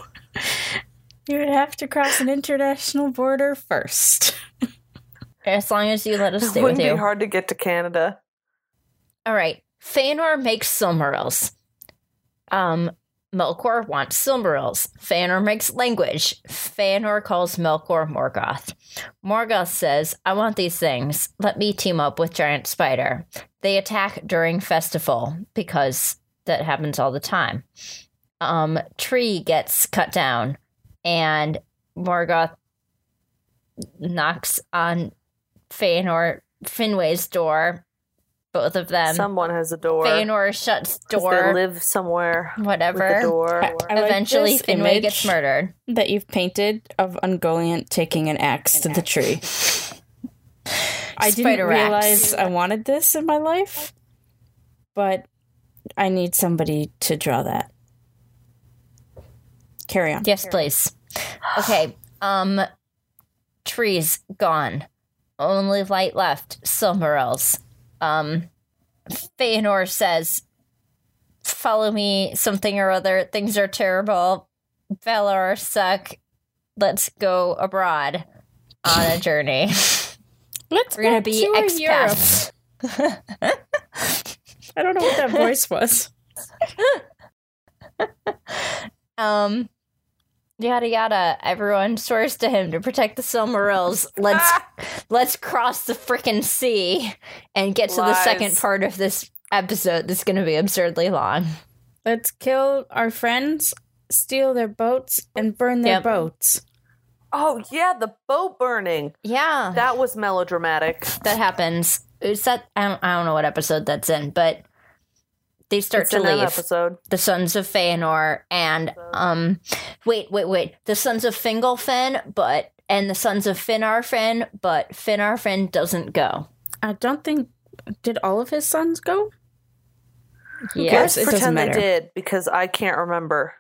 You would have to cross an international border first.
As long as you let us
It
stay with
wouldn't
you.
be hard to get to Canada.
All right. Feanor makes Silmarils. Um, Melkor wants Silmarils. Feanor makes language. Feanor calls Melkor Morgoth. Morgoth says, I want these things. Let me team up with Giant Spider. They attack during festival because that happens all the time. Um, tree gets cut down and Morgoth knocks on Feanor Finway's door. Both of them.
Um,
Someone has a door.
Feanor shuts
'cause They
door,
live somewhere with
whatever.
a door.
I like
Eventually,
this
Finway
image
gets murdered.
That you've painted of Ungoliant taking an axe to the tree. I didn't
Spider axe.
realize I wanted this in my life, but I need somebody to draw that. Carry on.
Yes, please. Okay. Um, trees gone. Only light left. Silmarils. Um, Feanor says, "Follow me. Something or other. Things are terrible. Valar suck. Let's go abroad on a
[laughs]
journey.
Let's
We're gonna be
tour
expats."
I don't know what [laughs] that voice was.
Um, yada yada. Everyone swears to him to protect the
[laughs]
Silmarils. Let's let's cross the freaking sea and get to the
Lies.
second part of this episode that's going to be absurdly long.
Let's kill our friends, steal their boats, and burn their
Yep.
boats.
Oh yeah, the boat burning.
Yeah, that,
That was melodramatic.
happens. It's that I don't, I don't know what episode that's in, but they start
It's
to
in that
leave.
episode.
the sons of Feanor and um wait wait wait the sons of Fingolfin but and the sons of Finarfin but Finarfin doesn't go.
I don't think. Did all of his sons go?
Yes.
It
Let's
doesn't
pretend they
matter.
did because I can't remember.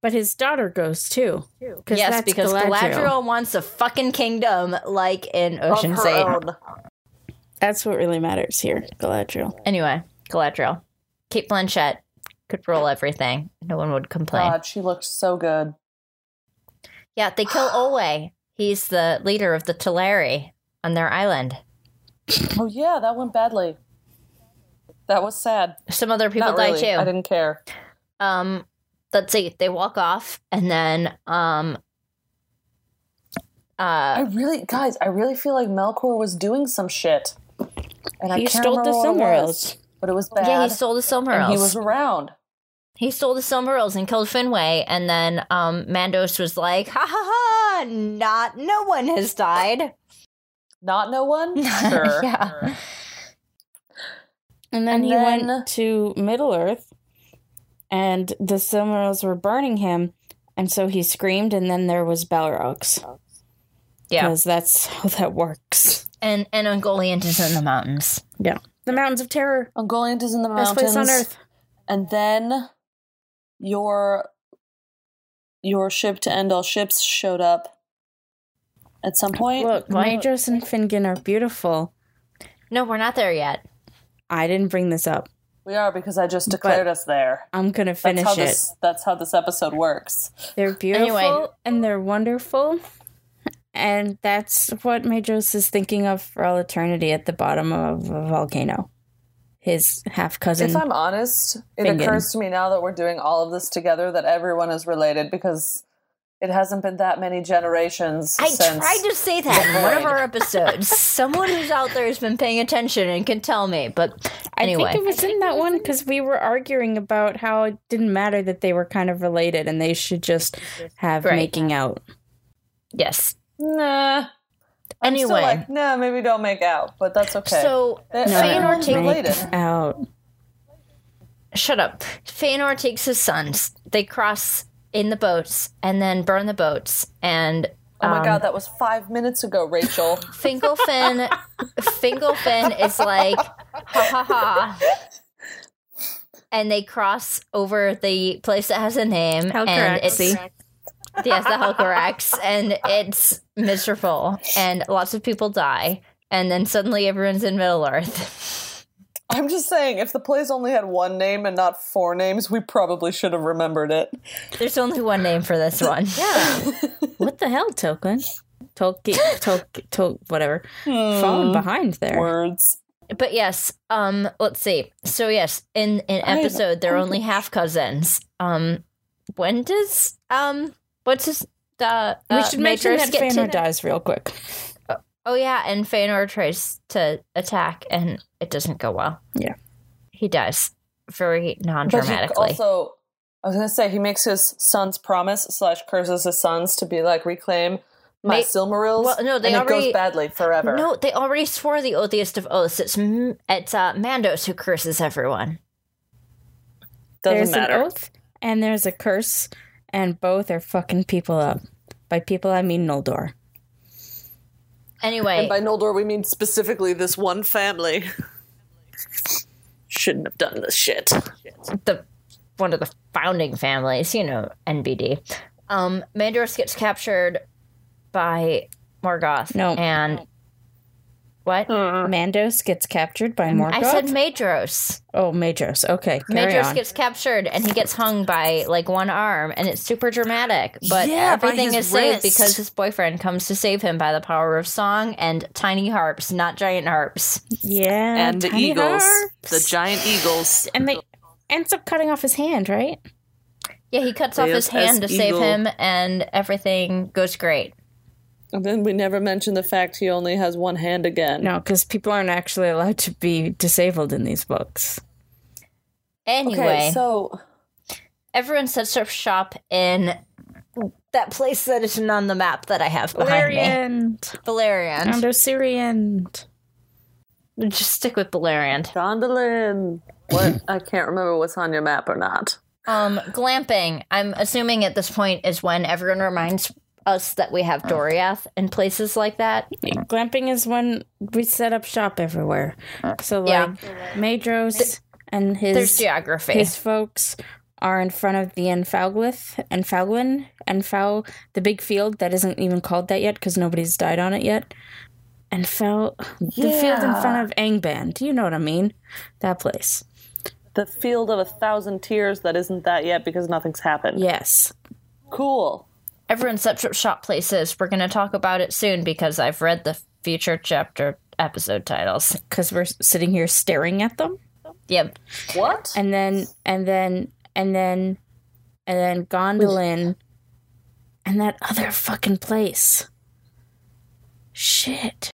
But his daughter goes too.
Yes,
that's
because Galadriel. wants a fucking kingdom like in
Of
Ocean's
her
Eight.
own.
That's what really matters here, Galadriel.
Anyway, Galadriel. Kate Blanchett could rule everything. No one would complain.
Oh, God, she looked so good.
yeah, they
[sighs]
kill Olwe. He's the leader of the Teleri on their island.
Oh yeah, that went badly. That was sad.
Some other people
Not
die
really.
too.
I didn't care.
um let's see they walk off and then um
I
uh
really, guys, I really feel like Melkor was doing some shit, and I
He
can't
stole the
remember what it
Silmarils.
was, but it was bad.
yeah he stole the
and
Silmarils
he was around.
he stole the Silmarils and killed Finway and then um Mandos was like ha ha ha not no one has died
Not
[laughs]
no one. Sure.
yeah
And then
And
he
then-
went to Middle Earth, and the Silmarils were burning him, and so he screamed, and then there was Balrogs.
yeah
Because that's how that works.
and and Ungoliant is in the mountains
Yeah. The Mountains of Terror.
Ungoliant is in the
Best
mountains.
place on Earth.
And then your your ship to end all ships showed up at some point.
Look,
Why-
Madros and Fingon are beautiful.
no we're not there yet
I didn't bring this up.
we are because I just declared us there.
I'm gonna
That's
finish
how
it.
this that's how this episode works.
They're beautiful
Anyway.
and they're wonderful. And that's what Madros is thinking of for all eternity at the bottom of a volcano. His half cousin.
If I'm honest, it
Fingon.
occurs to me now that we're doing all of this together that everyone is related because it hasn't been that many generations
I
since
tried to say that in one of
void.
our [laughs] episodes someone who's out there has been paying attention and can tell me but anyway
I think it was in that one because we were arguing about how it didn't matter that they were kind of related and they should just have
Right.
making out.
yes
Nah. I'm still
Anyway.
like, nah, maybe don't make out, but that's okay.
so
They're-
No,
they're
no, no.
all
Make
related.
out.
Shut up. Feanor takes his sons. They cross in the boats and then burn the boats. And
Oh my
um,
god, that was five minutes ago, Rachel.
Finkelfin, Finkelfin is like, ha ha ha. And they cross over the place that has a name, and
Helcarax.
it's yes, the Helcarax, and it's miserable, and lots of people die, and then suddenly everyone's in Middle Earth.
I'm just saying, if the plays only had one name and not four names, we probably should have remembered it.
[laughs] There's only one name for this one.
Yeah. what the hell, Tolkien? Tolkien, Tolkien, Tol- whatever.
Hmm.
Mm.
Falling behind there.
Hmm. Words.
But yes, um, let's see. So yes, in in
I-
episode they're only half cousins. Um, when does um, what's his uh,
we
uh,
should mention
Maedhros
that
get to-
Fëanor dies real [laughs] quick.
Oh yeah, and Feanor tries to attack, and it doesn't go well.
Yeah.
he dies very non
But he
dramatically.
also, I was gonna say he makes his son's promise slash curses his sons to be like reclaim my
May-
Silmarils.
Well, no, they
and it
already-
goes badly forever.
No, they already swore the oathiest of oaths. It's M- it's uh, Mandos who curses everyone.
doesn't
there's an
matter.
oath and there's a curse, and both are fucking people up. By people, I mean Noldor.
Anyway,
And by Noldor, we mean specifically this one family. Shouldn't have done this shit.
the one of the founding families, you know, NBD. Um, Mandoros gets captured by Morgoth.
No.
and what?
Oh,
Mandos gets captured by Morgoth.
Mm, I said Madros.
oh, Majos. Okay, carry
Madros
on.
gets captured and he gets hung by like one arm, and it's super dramatic. But
Yeah, by
everything
his
is saved
wrist.
because his boyfriend comes to save him by the power of song and tiny harps, not giant harps.
yeah,
and the
tiny
eagles,
harps.
the giant eagles.
and they ends up cutting off his hand, right?
Yeah, he cuts off
Deus
his hand to
es
save
evil.
him, and everything goes great.
And then we never mention the fact he only has one hand again.
No, because people aren't actually allowed to be disabled in these books.
Anyway,
Okay, so
everyone sets up shop in that place that isn't on the map that I have behind me.
Valerian.
Valerian.
Syrian.
Just stick with Valerian.
Gondolin. What? I can't remember what's on your map or not.
Um, glamping. I'm assuming at this point is when everyone reminds us that we have Doriath and places like that.
Glamping is when we set up shop everywhere. So
Yeah.
like Madros and
There's
his
geography.
his folks are in front of the Enfalglith and Falguin and Fal the big field that isn't even called that yet because nobody's died on it yet. And Fal the field in front of Angband. Do you know what I mean? That place.
The field of a thousand tears that isn't that yet because nothing's happened.
Yes.
Cool.
everyone sets up shop places. We're going to talk about it soon because I've read the future chapter episode titles.
Because we're sitting here staring at them.
Yep.
What?
and then and then and then and then Gondolin and that other fucking place. Shit.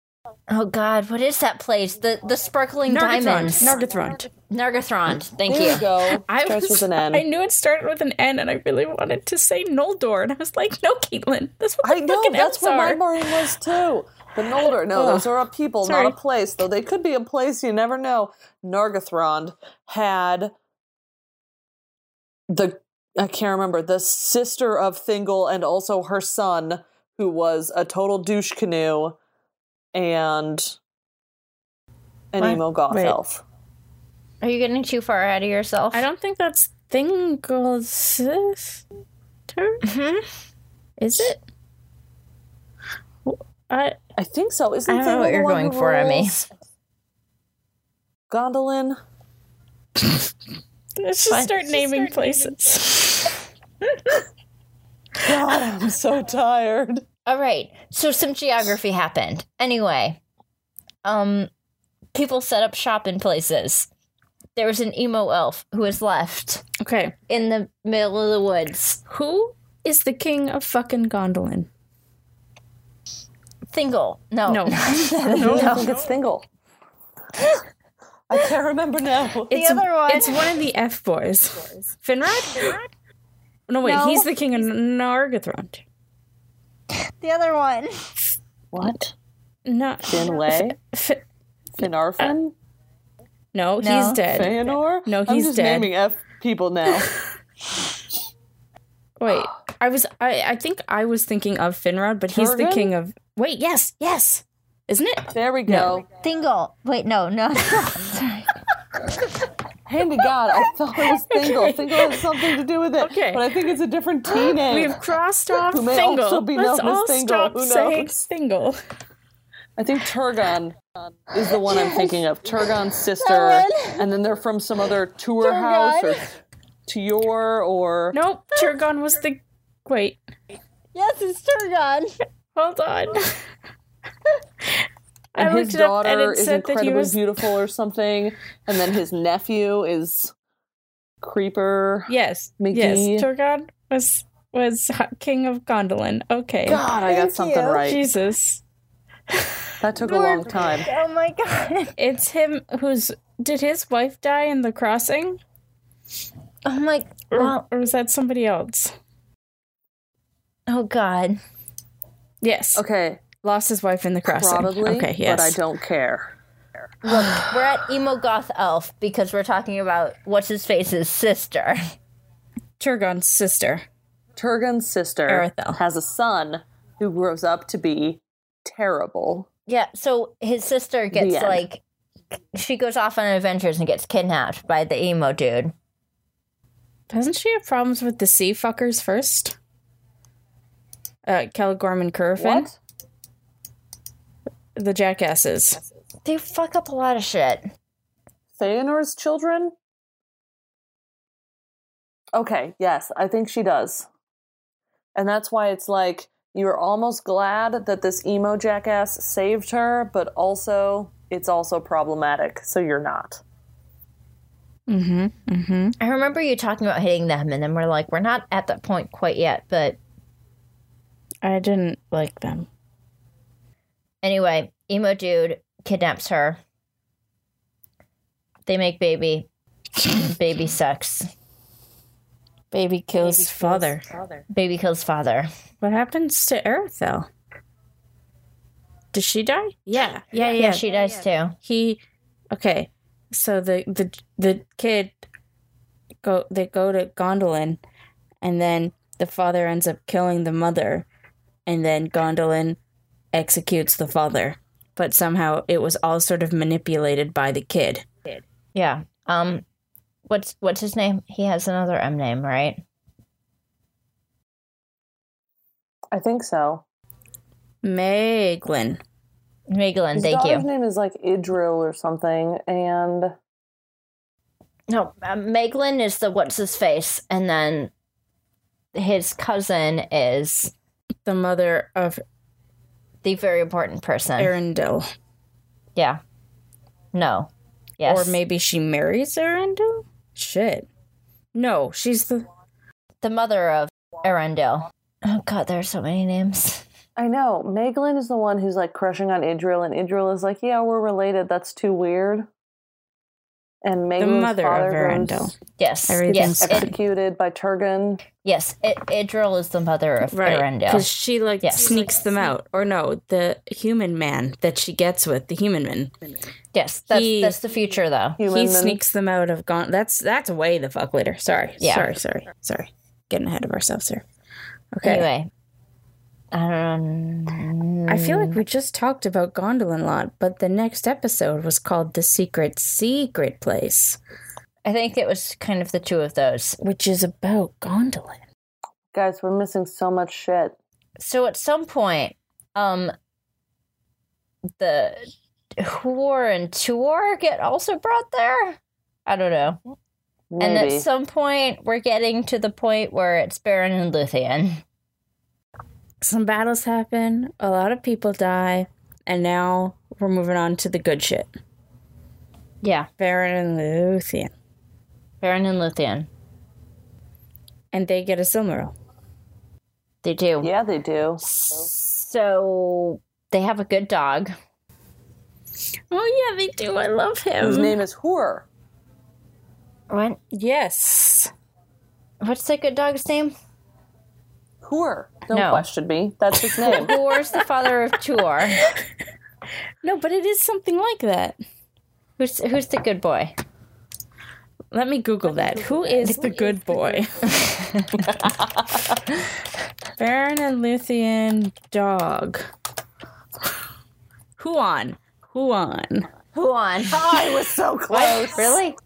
Oh God, what is that place? The the sparkling diamonds.
Nargothrond.
Nargothrond. Thank
There
you.
you go.
I
Starts
was,
with an
[laughs]
N.
I knew it started with an N, and I really wanted to say Noldor, and I was like, "No, Caitlin, that's what the
I know
fucking
that's
Ms
what my
are."
brain was too. The Nolder, no, those are a people,
Sorry.
not a place. Though they could be a place, you never know. Nargothrond had the I can't remember the sister of Thingol and also her son, who was a total douche canoe, and an
What?
emo goth
Wait.
elf.
Are you getting too far ahead of yourself?
I don't think that's Thingol's sister.
Mm-hmm.
Is it? Wh- I
I think so. Isn't
I don't know
Thingol
what
the
you're
one
going
who
for, Emmy.
rules Gondolin.
let's just start naming places.
God, I'm so tired.
All right. So some geography happened. Anyway, um people set up shop in places. There was an emo elf who was left
okay,
in the middle of the woods.
who is the king of fucking Gondolin?
Thingle. No.
[laughs] No.
I don't think it's Thingol. [gasps] I can't remember now.
It's
other one.
It's one of the F boys. Finrod? No, wait.
No.
He's the king of Nargothrond.
The other one.
What?
No.
Finlay?
F-
Finarfin?
no, he's
No.
dead.
Feanor?
Uh, No,
I'm
he's
just
dead.
naming F
[laughs]
people now.
Wait. I was. I. I think I was thinking of Finrod, but he's the
Turgon?
king of. Wait. Yes. Yes. Isn't it?
There we go.
Thingle. Wait, no, no. [laughs] Sorry.
Handy God, I thought
[laughs]
it was Thingol. Thingol has something to do with it.
Okay.
But I think it's
[gasps]
a different T name.
We've crossed off
Who may
Thingle.
also be
Let's
known as
all
Thingle,
stop
who knows?
saying Thingle.
I think Turgon is the one I'm thinking of. Turgon's sister. And then they're from
[laughs]
some other tour house or Tior or.
Nope. Turgon was the. Wait.
yes, it's Turgon.
Hold on. I
and his
looked it up
daughter
and it
is
said that
incredibly
he was
beautiful or something, and then his nephew is creeper.
Yes.
Mickey.
Yes. Turgon was was king of Gondolin. Okay.
God, I got something right.
Jesus.
That took a long time.
Oh my god.
It's him who's did his wife die in the crossing?
Oh my
Or,
Well-
or was that somebody else?
Oh god.
Yes.
Okay,
Lost his wife in the crossing.
probably,
Okay, yes.
but I don't care.
Look, we're at emo goth elf because we're talking about what's his face's sister.
Turgon's sister.
Turgon's sister
Arathel.
has a son who grows up to be terrible.
Yeah, so his sister gets
The end.
like she goes off on adventures and gets kidnapped by the emo dude.
Doesn't she have problems with the sea fuckers first? Uh Kelgorman Curfin?
What?
The jackasses.
They fuck up a lot of shit.
Feanor's children? Okay, yes, I think she does. And that's why it's like you're almost glad that this emo jackass saved her, but also it's also problematic, so you're not.
Mm-hmm. Mm-hmm.
I remember you talking about hitting them, and then we're like, we're not at that point quite yet. But
I didn't like them.
anyway, emo dude kidnaps her. They make baby. baby sucks.
Baby kills father.
Baby kills father.
What happens to Arathel? Does she die? Yeah. Yeah, yeah.
Yeah, she dies too.
he okay. So the the the kid go they go to Gondolin and then the father ends up killing the mother and then Gondolin executes the father. But somehow it was all sort of manipulated by the kid.
Yeah. Um, what's what's his name? He has another M name, right?
I think so.
Maeglin.
Megalyn,
His
thank
daughter's
you.
name is like Idril or something, and
No, um, Meglin is the what's his face, and then his cousin is
The mother of
the very important person.
Arendelle.
Yeah. No. Yes.
Or maybe she marries Arendelle? Shit. No, she's the
the mother of Arendelle. Oh God, there are so many names.
I know Meglin is the one who's like crushing on Idril, and Idril is like, "Yeah, we're related. That's too weird." And
the
Meglin's
mother
father
of Arendelle.
goes
Yes.
Everything's
Yes. It,
executed by Turgon.
yes. It, Idril is the mother of
right because
Arendelle.
she like
Yes.
sneaks them out or no the human man that she gets with the human man
Yes. That's
he-
that's the future though.
Human
he
man.
sneaks them out of gone that's that's way the fuck later sorry
Yeah.
sorry sorry sorry getting ahead of ourselves here okay
Anyway. Um, I don't
i feel like we just talked about gondolin lot but the next episode was called the secret secret place
I think it was kind of the two of those.
which is about gondolin
Guys, we're missing so much shit.
So at some point, um the Huor and Tuor get also brought there? I don't know.
Maybe.
And at some point, we're getting to the point where it's Baron and Luthien.
some battles happen a lot of people die and now we're moving on to the good shit
Yeah,
baron and luthien
Baron and Luthien.
and they get a Silmaril.
They do.
yeah, they do.
So they have a good dog.
Oh yeah, they do. I love
His
him.
name is Hur.
What?
Yes.
What's the good dog's name?
Hur. Don't
No.
question me. That's his
[laughs]
name.
Tuor's the father of Tuor. [laughs]
No, but it is something like that.
Who's who's the good boy?
Let me Google that. Who is the good [laughs] boy? Baron and Luthien dog. Huon. Huon.
Huon.
I was so close.
Really?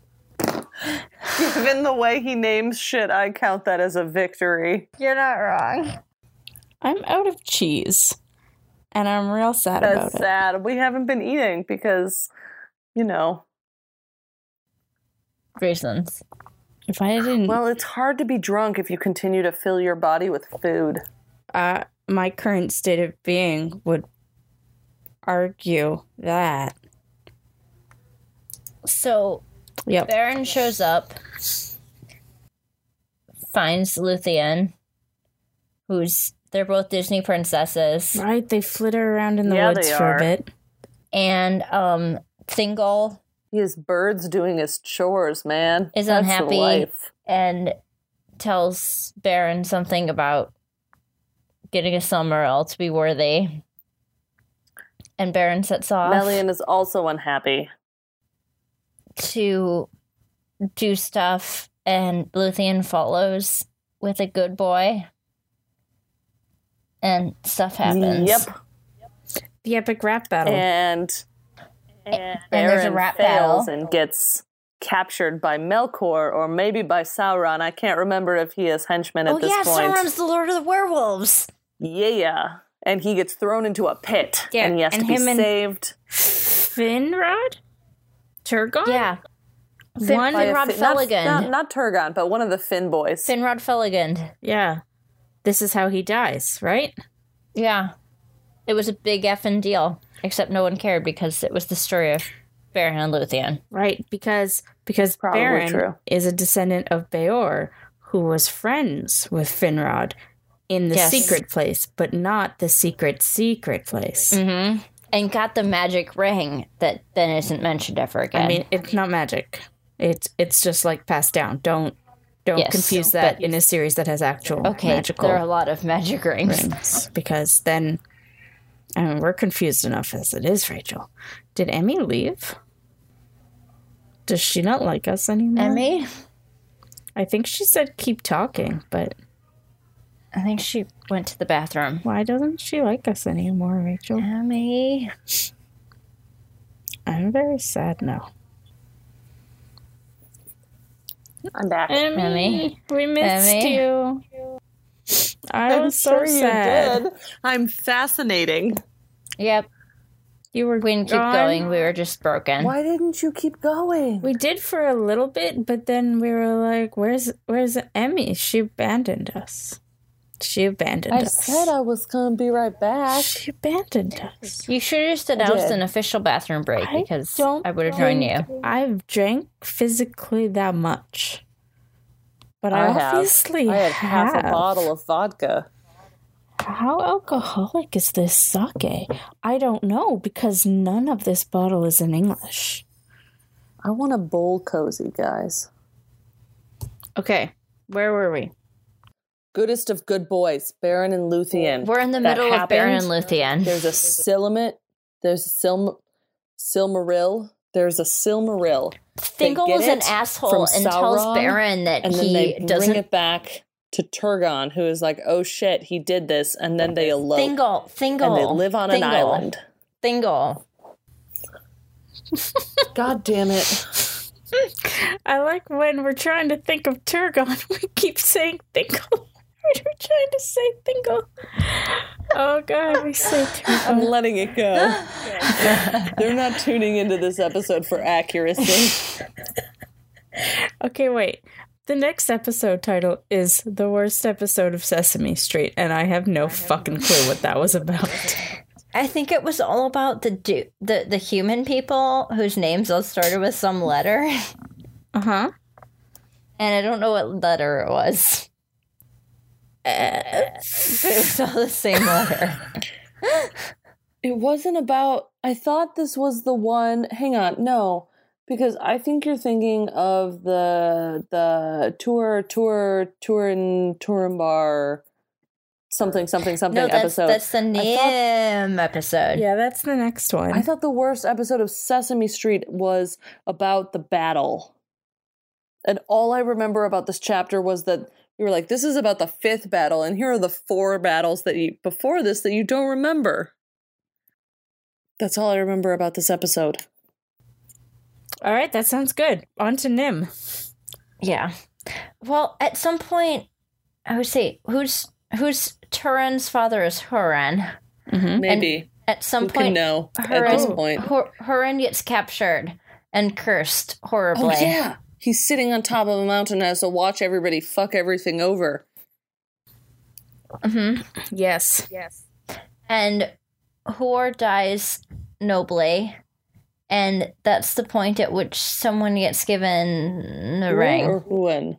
Given the way he names shit, I count that as a victory.
You're not wrong.
I'm out of cheese, and I'm real sad about
That's
it.
sad. We haven't been eating because, you know,
Reasons.
If I didn't,
well, it's hard to be drunk if you continue to fill your body with food.
uh, my current state of being would argue that.
So
Yep.
Baron shows up, finds Luthien, who's they're both Disney princesses.
Right, they flitter around in the
Yeah,
woods
they
for
are.
a bit.
and um Thingol
He has birds doing his chores, man.
Is
That's the
unhappy.
life.
and tells Baron something about getting a Silmaril to be worthy. And Baron sets off
Melian is also unhappy.
to do stuff and Luthien follows with a good boy. And stuff happens.
Yep.
The epic rap
Oh.
battle.
Eh,
And, and
there's a
Baron
rap
fails
battle.
and gets captured by Melkor or maybe by Sauron. I can't remember if he is henchman at
Oh
this
yeah,
point.
Sauron's the Lord of the Werewolves.
Yeah. And he gets thrown into a pit
Yeah,
and he has
and
to be
him and-
saved.
Finrod? Turgon?
Yeah, Fin-
One-
Finrod
By a Fin- not-
Felagund.
Not, not Turgon, but one of the Finn boys.
Finrod Felagund.
Yeah. This is how he dies, right?
Yeah. It was a big effing deal, except no one cared because it was the story of Baron and Luthien.
right? Because because
Probably
Baron
true.
is a descendant of Beor, who was friends with Finrod in the
Yes.
secret place, but not the secret secret place.
Mm-hmm. And got the magic ring that then isn't mentioned ever again.
I mean, it's not magic. It's it's just like passed down. Don't don't
Yes,
confuse
but-
that in a series that has actual
okay,
magical
there are a lot of magic rings.
rings because then I mean we're confused enough as it is. Rachel, did Emmy leave? Does she not like us anymore?
Emmy,
I think she said keep talking, but
I think she went to the bathroom.
why doesn't she like us anymore, Rachel?
Emmy,
I'm very sad now.
I'm back.
Emmy,
Emmy.
we missed
Emmy.
you. I
I'm
was
sure
so sad.
you did. I'm fascinating.
yep,
You were
we didn't keep
gone.
going. We were just broken.
Why didn't you keep going?
We did for a little bit, but then we were like, "Where's Where's Emmy? She abandoned us. She abandoned
I
us.
said I was gonna be right back.
she abandoned us.
You should have just announced
did.
an official bathroom break
I
because
don't
I would have joined you.
think I've drank physically that much, but I, obviously
I had half a
have.
bottle of vodka.
How alcoholic is this sake? I don't know because none of this bottle is in English.
I want a bowl cozy, guys.
Okay, where were we?
Goodest of good boys, Baron and Luthien.
We're in the
That
middle of Baron and
happened.
Luthien.
There's a Silamit. There's a Silm- Silmaril. There's a Silmaril.
Fingal
get
is an
it
asshole
from
and tells
Sauron,
Baron that
And then they
he
bring
doesn't.
it back to Turgon, who is like, oh shit, he did this. And then they elope.
Fingal, Fingal,
And they live on an
Fingal,
island.
Fingal.
God damn it.
I like when we're trying to think of Turgon, [laughs] we keep saying Thingle. [laughs] we're trying to say Thingle. Oh god, we say
I'm
Turgon.
letting it
[laughs]
go. They're not tuning into this episode
[laughs]
for accuracy.
Okay, wait. The next episode title is The Worst Episode of Sesame Street, and I have no fucking clue what that was
[laughs]
about.
I think it was all about the du- the the human people whose names all started with some letter, [laughs]
Uh huh.
Uh-huh.
and I don't know what letter it was. [laughs] But it was all the same letter.
It wasn't about. I thought this was the one. Hang on, no, because I think you're thinking of the the tour tour tour and tourimbar, something something something
no, that's,
episode.
that's the Nim episode.
Yeah, that's the next one.
I thought the worst episode of Sesame Street was about the battle, and all I remember about this chapter was that you were like, "This is about the fifth battle, and here are the four battles that you before this that you don't remember." That's all I remember about this episode.
All right, that sounds good. On to Nim.
Yeah. Well, at some point, I would say who's who's Turin's father is Hurin.
Mm-hmm.
Maybe. At some
Who can
point,
know
her
at this
and-
point.
Hor- Hurin gets captured and cursed horribly.
Oh yeah, he's sitting on top of a mountain and has to watch everybody fuck everything over.
Mhm.
Yes.
And Hor dies nobly. And that's the point at which someone gets given the ring.
Or when?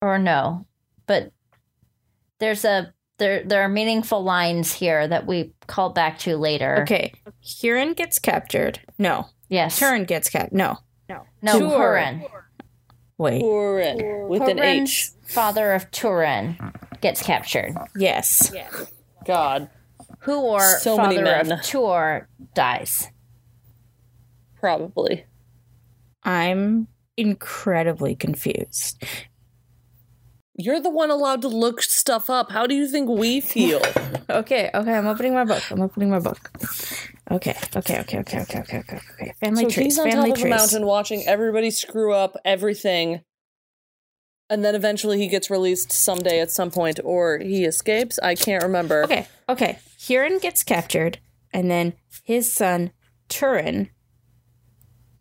or no but there's a there there are meaningful lines here that we call back to later
Okay. Huron gets captured. No.
yes
Turin gets captured. No.
no
Turin.
Turin
Wait.
Orin with an H.
Turin's father of Turin gets captured
Yes.
God,
who or
So many
father of
men.
Tur dies
probably.
I'm incredibly confused.
You're the one allowed to look stuff up. How do you
[laughs]
think we feel?
Okay, okay, I'm opening my book. I'm opening my book. Okay, okay, okay, okay, okay, okay, okay. okay. Family
so
trees,
he's on top
family
of a
trees.
mountain watching everybody screw up everything. And then eventually he gets released someday at some point, or he escapes. I can't remember.
Okay, okay. Huron gets captured, and then his son Turin,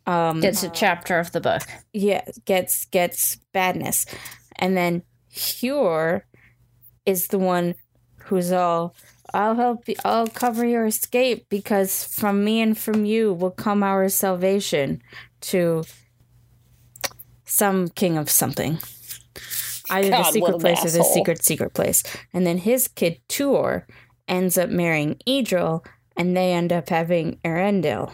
um,
it's a chapter of the book
yeah, gets gets badness, and then Hur is the one who's all, I'll help you. I'll cover your escape because from me and from you will come our salvation to some king of something. Either
God,
the
what
secret
an
place or the
asshole.
secret secret place. And then his kid Tuor ends up marrying Edril and they end up having Arendelle,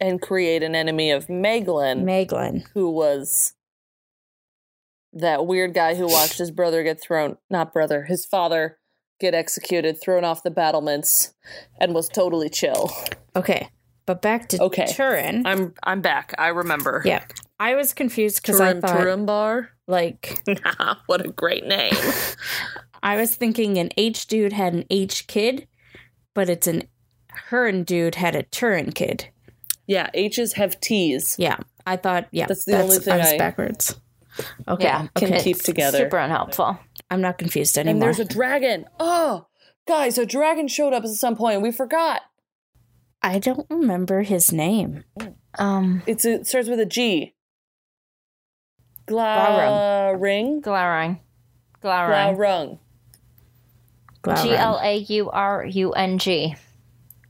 and create an enemy of Meglin,
Maeglin.
who was that weird guy who watched his brother get thrown, not brother, his father get executed, thrown off the battlements, and was totally chill.
Okay. But back to
Okay.
Turin.
I'm I'm back. I remember.
yeah. I was confused because I
Turim
thought
Turimbar.
like
[laughs] Nah, what a great name.
[laughs] I was thinking an H dude had an H kid, but it's an her and dude had a Turin kid.
yeah, H's have T's.
Yeah, I thought. Yeah,
That's the only thing
I was
I-
backwards. Okay,
Yeah,
okay.
Can keep together.
Super unhelpful.
I'm not confused
and
anymore.
there's a dragon. Oh, guys, a dragon showed up at some point. We forgot.
I don't remember his name.
Um,
It's it starts with a G. Gla ring.
Glaurung.
Gla
Glaurung.
rung.
Glaurung.
G L A U R U N G.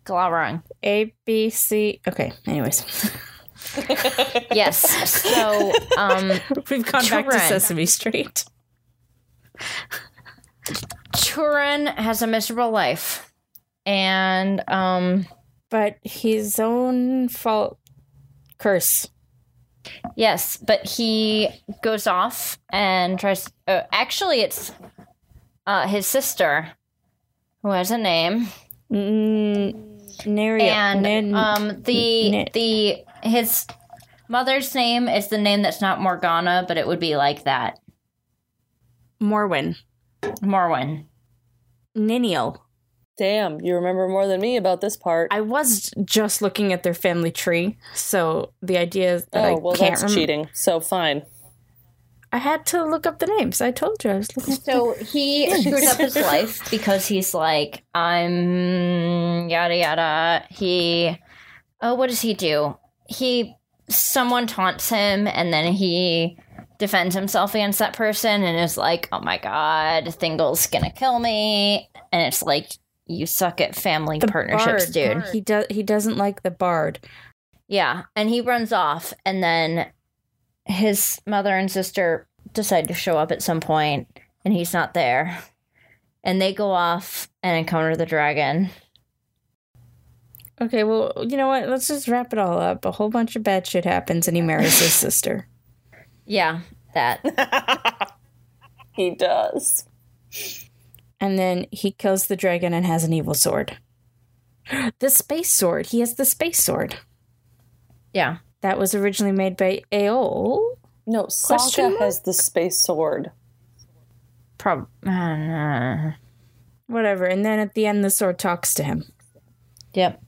Glaurung.
A B C. Okay.
[laughs]
Anyways,
Yes. So, um,
we've gone back to
Turin.
Sesame Street.
Turin has a miserable life, and um,
But his own fault curse.
yes, but he goes off and tries. Uh, actually, it's uh, his sister who has a name.
Mm, Nerio.
and
Nin-
um the
Nin-
the his mother's name is the name that's not Morgana, but it would be like that.
Morwen.
Morwen.
Niniel.
Damn, you remember more than me about this part.
I was just looking at their family tree, so the idea is that
oh,
I
well,
can't
that's
remember.
cheating.
[laughs]
So fine.
I had to look up the names. I told you I was looking.
So he screwed up his life because he's like, I'm yada yada. He oh, what does he do? He someone taunts him and then he defends himself against that person and is like, Oh my god, Thingle's gonna kill me and it's like you suck at family partnerships,
bard.
dude.
He does. He doesn't like the bard.
Yeah, and he runs off, and then his mother and sister decide to show up at some point, and he's not there. And they go off and encounter the dragon.
Okay, well, you know what? Let's just wrap it all up. A whole bunch of bad shit happens, and he
[laughs]
marries his sister.
Yeah, that. [laughs]
He does.
And then he kills the dragon and has an evil sword. [gasps] The space sword. He has the space sword
Yeah.
that was originally made by Aol.
No,
Question
Sokka
mark?
has the space sword.
Prob- [sighs] uh,
Whatever. And then at the end, the sword talks to him.
yep.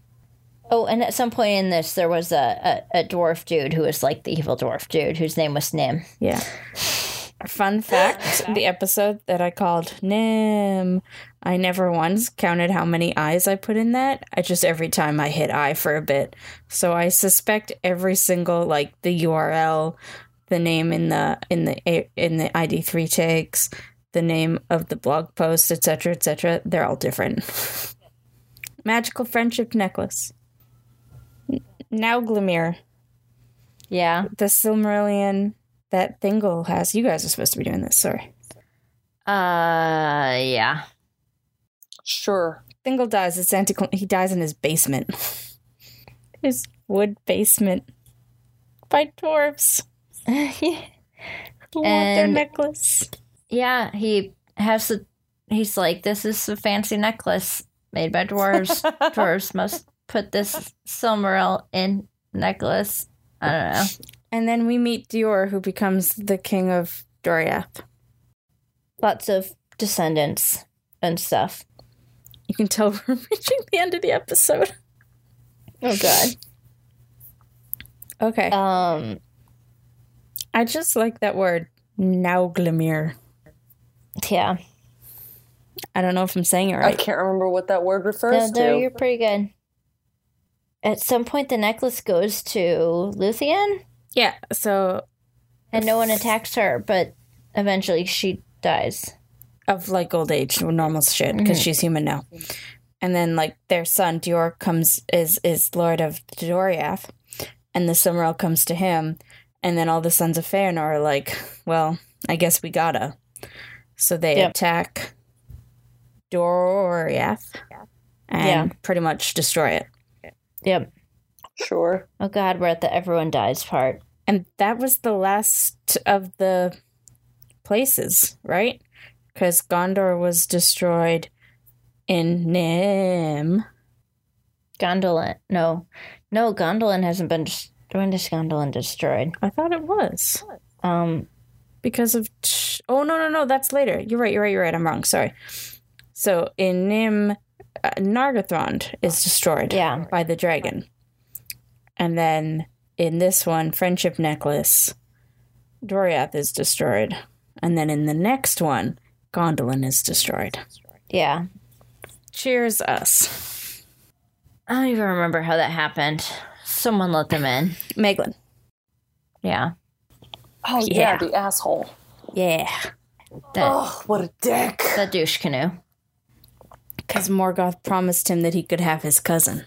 Oh, and at some point in this, there was a, a, a dwarf dude who was like the evil dwarf dude whose name was Nim.
Yeah. Fun fact the episode that I called Nim, I never once counted how many eyes I put in that. I just every time I hit I for a bit. So I suspect every single like the URL, the name in the in the A- in the ID3 tags, the name of the blog post, etc., etc., they're all different. [laughs] Magical friendship necklace. N- Now Glamir
Yeah.
the Silmarillion that Thingol has. You guys are supposed to be doing this. Sorry.
Uh, [laughs] yeah.
Sure.
Thingol dies. It's anti. He dies in his basement. [laughs] his wood basement. By dwarves. Who want their
And-
necklace.
Yeah, he has the. He's like, this is a fancy necklace made by [laughs] dwarves. dwarves must put this Silmaril in necklace. I don't know.
And then we meet Dior, who becomes the king of Doriath.
Lots of descendants and stuff.
You can tell [laughs] we're reaching the end of the episode.
Oh God.
Okay.
Um.
I just like that word, Nauglamir.
Yeah.
I don't know if I'm saying it
I
right.
can't remember what that word refers
No, no,
to.
you're pretty good. At some point, the necklace goes to Luthien,
Yeah, so
and no one attacks her. But eventually, she dies.
of like old age, normal shit, because she's human now. And then like their son Dior comes is is lord of Doriath, and the Silmaril comes to him, and then all the sons of Fëanor are like, well, I guess we gotta. So they
Yep.
attack Doriath, and
Yeah.
pretty much destroy it.
Yep.
Sure.
Oh God, we're at the everyone dies part.
And that was the last of the places, right? Because Gondor was destroyed in Nim.
Gondolin. No, no, Gondolin hasn't been. Des- when is Gondolin destroyed?
I thought it was
Um,
because of. Ch- oh no no no! That's later. You're right. You're right. You're right. I'm wrong. Sorry. So in Nim, uh, Nargothrond is destroyed.
Yeah.
By the dragon. And then in this one, Friendship Necklace, Doriath is destroyed. And then in the next one, Gondolin is destroyed.
yeah.
Cheers us.
I don't even remember how that happened. Someone let them in.
Meglin.
Yeah.
Oh
Yeah.
yeah, the asshole.
Yeah.
That
Oh, what a dick.
that douche canoe.
Because Morgoth promised him that he could have his cousin.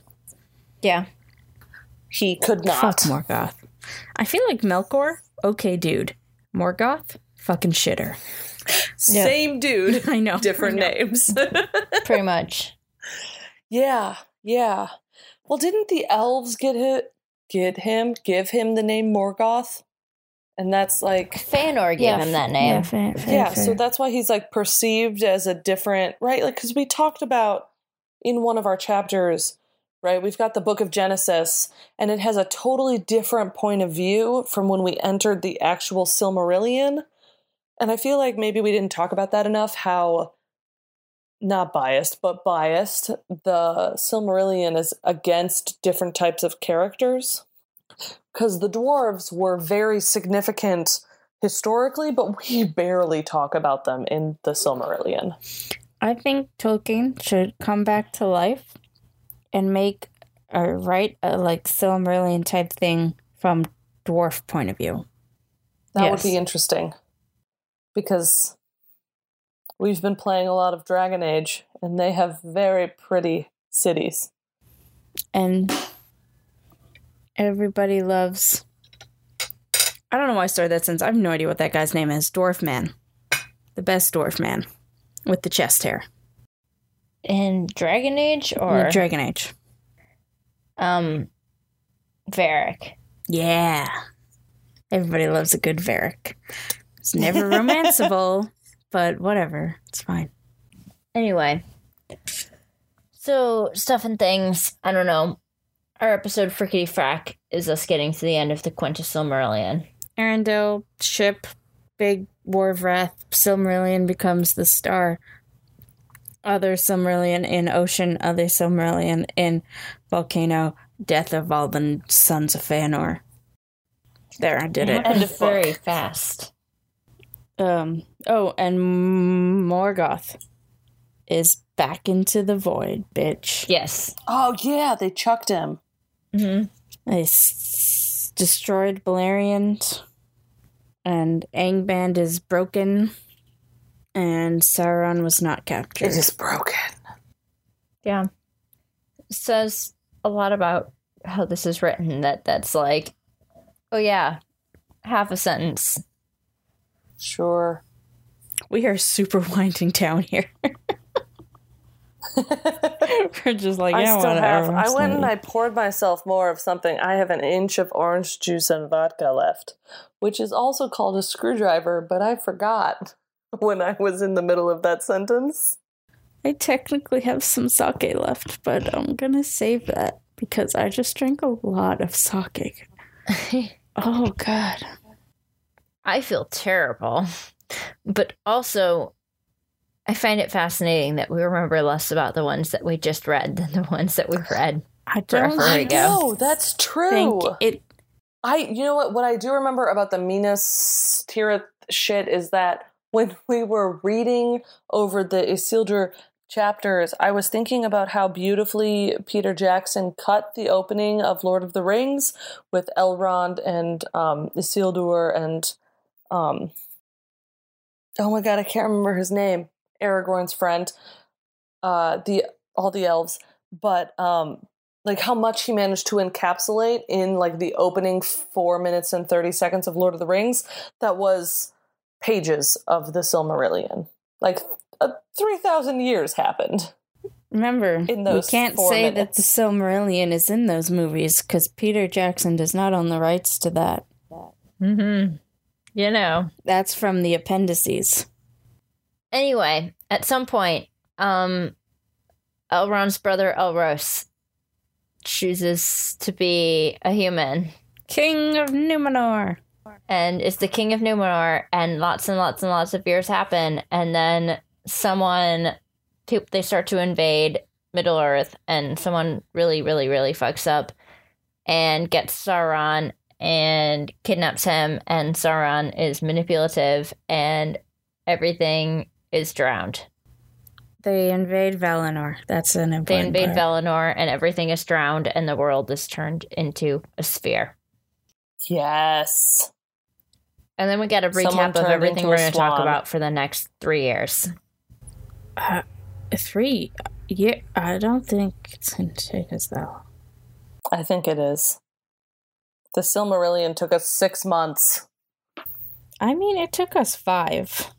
Yeah.
He could
Fuck
not.
Morgoth. I feel like Melkor, okay dude. Morgoth, fucking shitter. [laughs]
Same dude,
I know.
different
[laughs]
names.
Pretty much.
yeah, yeah. Well, didn't the elves get hit? Get him? Give him the name Morgoth? And that's like
Fanor gave
Yeah.
him that name.
yeah so that's why he's like perceived as a different right like because we talked about in one of our chapters right we've got the book of genesis and it has a totally different point of view from when we entered the actual silmarillion and i feel like maybe we didn't talk about that enough how not biased but biased the silmarillion is against different types of characters because the dwarves were very significant historically, but we [laughs] barely talk about them in the Silmarillion.
I think Tolkien should come back to life and make or write a like Silmarillion type thing from dwarf point of view.
That
Yes.
would be interesting because we've been playing a lot of Dragon Age and they have very pretty cities.
and everybody loves. I don't know why I started that since I have no idea what that guy's name is. Dwarf man, the best dwarf man with the chest hair.
In Dragon Age
In
or
the Dragon Age.
um Varric.
Yeah, everybody loves a good Varric. It's never romanceable, but whatever, it's fine.
Anyway. So stuff and things, I don't know. Our episode Frickety Frack is us getting to the end of the Quintus Silmarillion.
Arendelle ship, big war of wrath. Silmarillion becomes the star. Other Silmarillion in ocean. Other Silmarillion in volcano. Death of all the sons of Fëanor. There, I did
It
it.
End
happened
of book.
Mm-hmm. very fast.
Um. Oh, and Morgoth is back into the void, bitch.
Yes.
Oh, yeah, they chucked him.
hmm
They s- destroyed Beleriand, and Angband is broken, and Sauron was not captured.
broken.
Yeah. Says a lot about how this is written that that's like, oh yeah, half a sentence.
Sure.
[laughs]
[laughs]
we are super winding down here. [laughs] We're just like, yeah,
I still
whatever.
have. I went and I poured myself more of something. I have an inch of orange juice and vodka left, which is also called a screwdriver, but I forgot [laughs] when I was in the middle of that sentence.
I technically have some sake left, but I'm gonna save that because I just drank a lot of sake. Oh god.
[laughs] I feel terrible. But also, I find it fascinating that we remember less about the ones that we just read than the ones that we read.
I don't
Forever
I
ago.
know, that's true.
think it
I you know what what I do remember about the Minas Tirith shit is that when [laughs] we were reading over the Isildur chapters, I was thinking about how beautifully Peter Jackson cut the opening of Lord of the Rings with Elrond and um, Isildur and um, oh my god, I can't remember his name. Aragorn's friend, uh, the all the elves, but um, like how much he managed to encapsulate in like the opening four minutes and thirty seconds of Lord of the Rings, that was pages of the Silmarillion. Like uh, three thousand years happened.
Remember,
In those
we can't
four
say that
minutes.
the Silmarillion is in those movies because Peter Jackson does not own the rights to that.
Mm-hmm. You know.
That's from the appendices.
anyway, at some point, um, Elrond's brother Elros chooses to be a human
King of Numenor.
and is the king of Numenor, and lots and lots and lots of years happen, and then someone pe- they start to invade Middle Earth, and someone really, really, really fucks up and gets Sauron and kidnaps him, and Sauron is manipulative, and everything is drowned.
They invade Valinor. That's an important.
They invade
part.
Valinor and everything is drowned and the world is turned into a sphere.
Yes.
And then we get a
Someone
recap of
turned
everything
into
we're
a
going to talk
swan.
about for the next three years.
Uh, Three. Yeah, I don't think it's gonna take us that long.
I think it is. The Silmarillion took us six months
I mean, it took us five.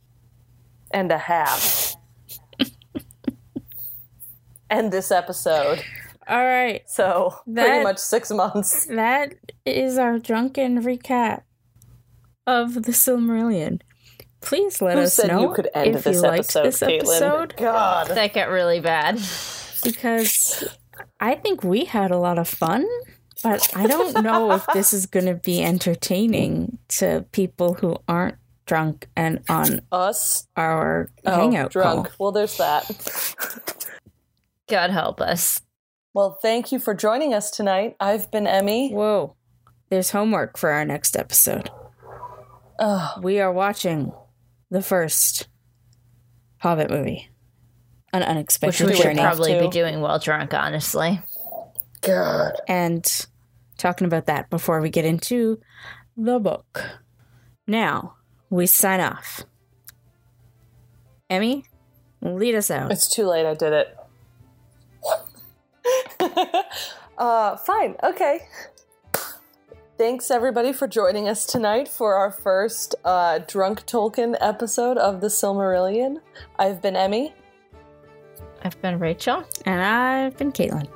and a [laughs] half. and this episode.
All right,
So
That-
pretty much six months.
that is our drunken recap of the Silmarillion. Please let
Who
us
said
know
you could end
if
this
you liked
episode,
this
Caitlin?
episode.
God.
That got really bad.
because I think we had a lot of fun, but I don't know if this is going to be entertaining to people who aren't drunk and on
Us
our
oh,
hangout
drunk.
call.
Well, there's that.
God help us.
well, thank you for joining us tonight. I've been Emmy.
Whoa. There's homework for our next episode.
Oh,
We are watching the first Hobbit movie. An
Which
unexpected
we should
journey.
probably be
Have to.
doing well drunk, honestly.
God.
and talking about that before we get into the book. Now we sign off. Emmy, lead us out.
It's too late. I did it. [laughs] uh, fine. Okay. Thanks everybody for joining us tonight for our first uh, drunk Tolkien episode of the Silmarillion. I've been Emmy. [laughs]
I've been Rachel.
And I've been Caitlin.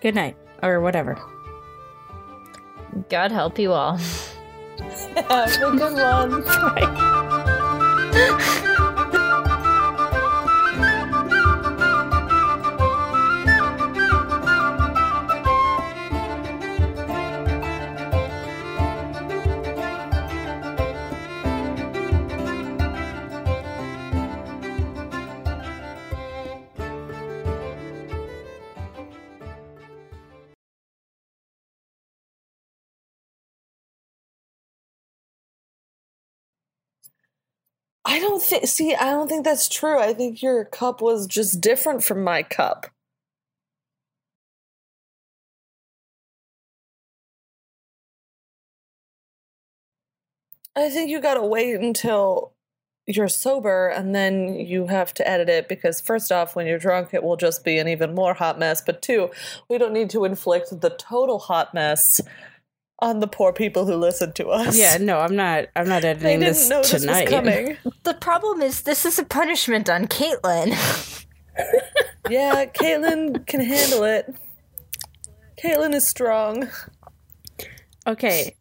Good night, or whatever.
God help you all.
Have a good one. I don't think. See, I don't think that's true. I think your cup was just different from my cup. I think you gotta wait until you're sober and then you have to edit it because, first off, when you're drunk, it will just be an even more hot mess. But, two, we don't need to inflict the total hot mess on the poor people who listen to us.
Yeah, no, I'm not. I'm [laughs] not
They
editing
didn't
this
know this
tonight. [laughs]
was coming.
The problem is, this is a punishment on [laughs] Caitlin.
Yeah, Caitlin can handle it. Caitlin is strong.
Okay,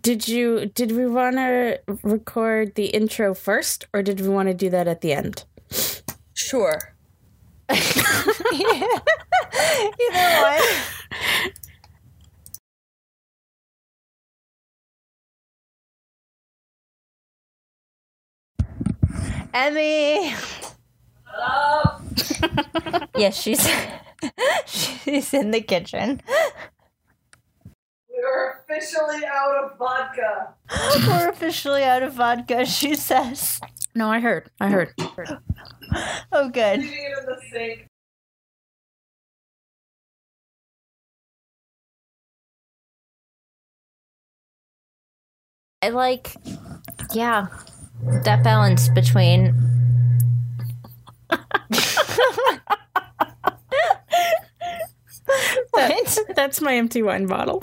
did you? Did we want to record the intro first, or did we want to do that at the end?
Sure.
Either way. Emmy. yes, she's [laughs] she's in the kitchen.
We're officially out of vodka.
We're officially out of vodka, she says.
No, I heard. I heard.
Oh, good.
it in the sink.
I like, yeah, that balance between
That- that's my empty wine bottle.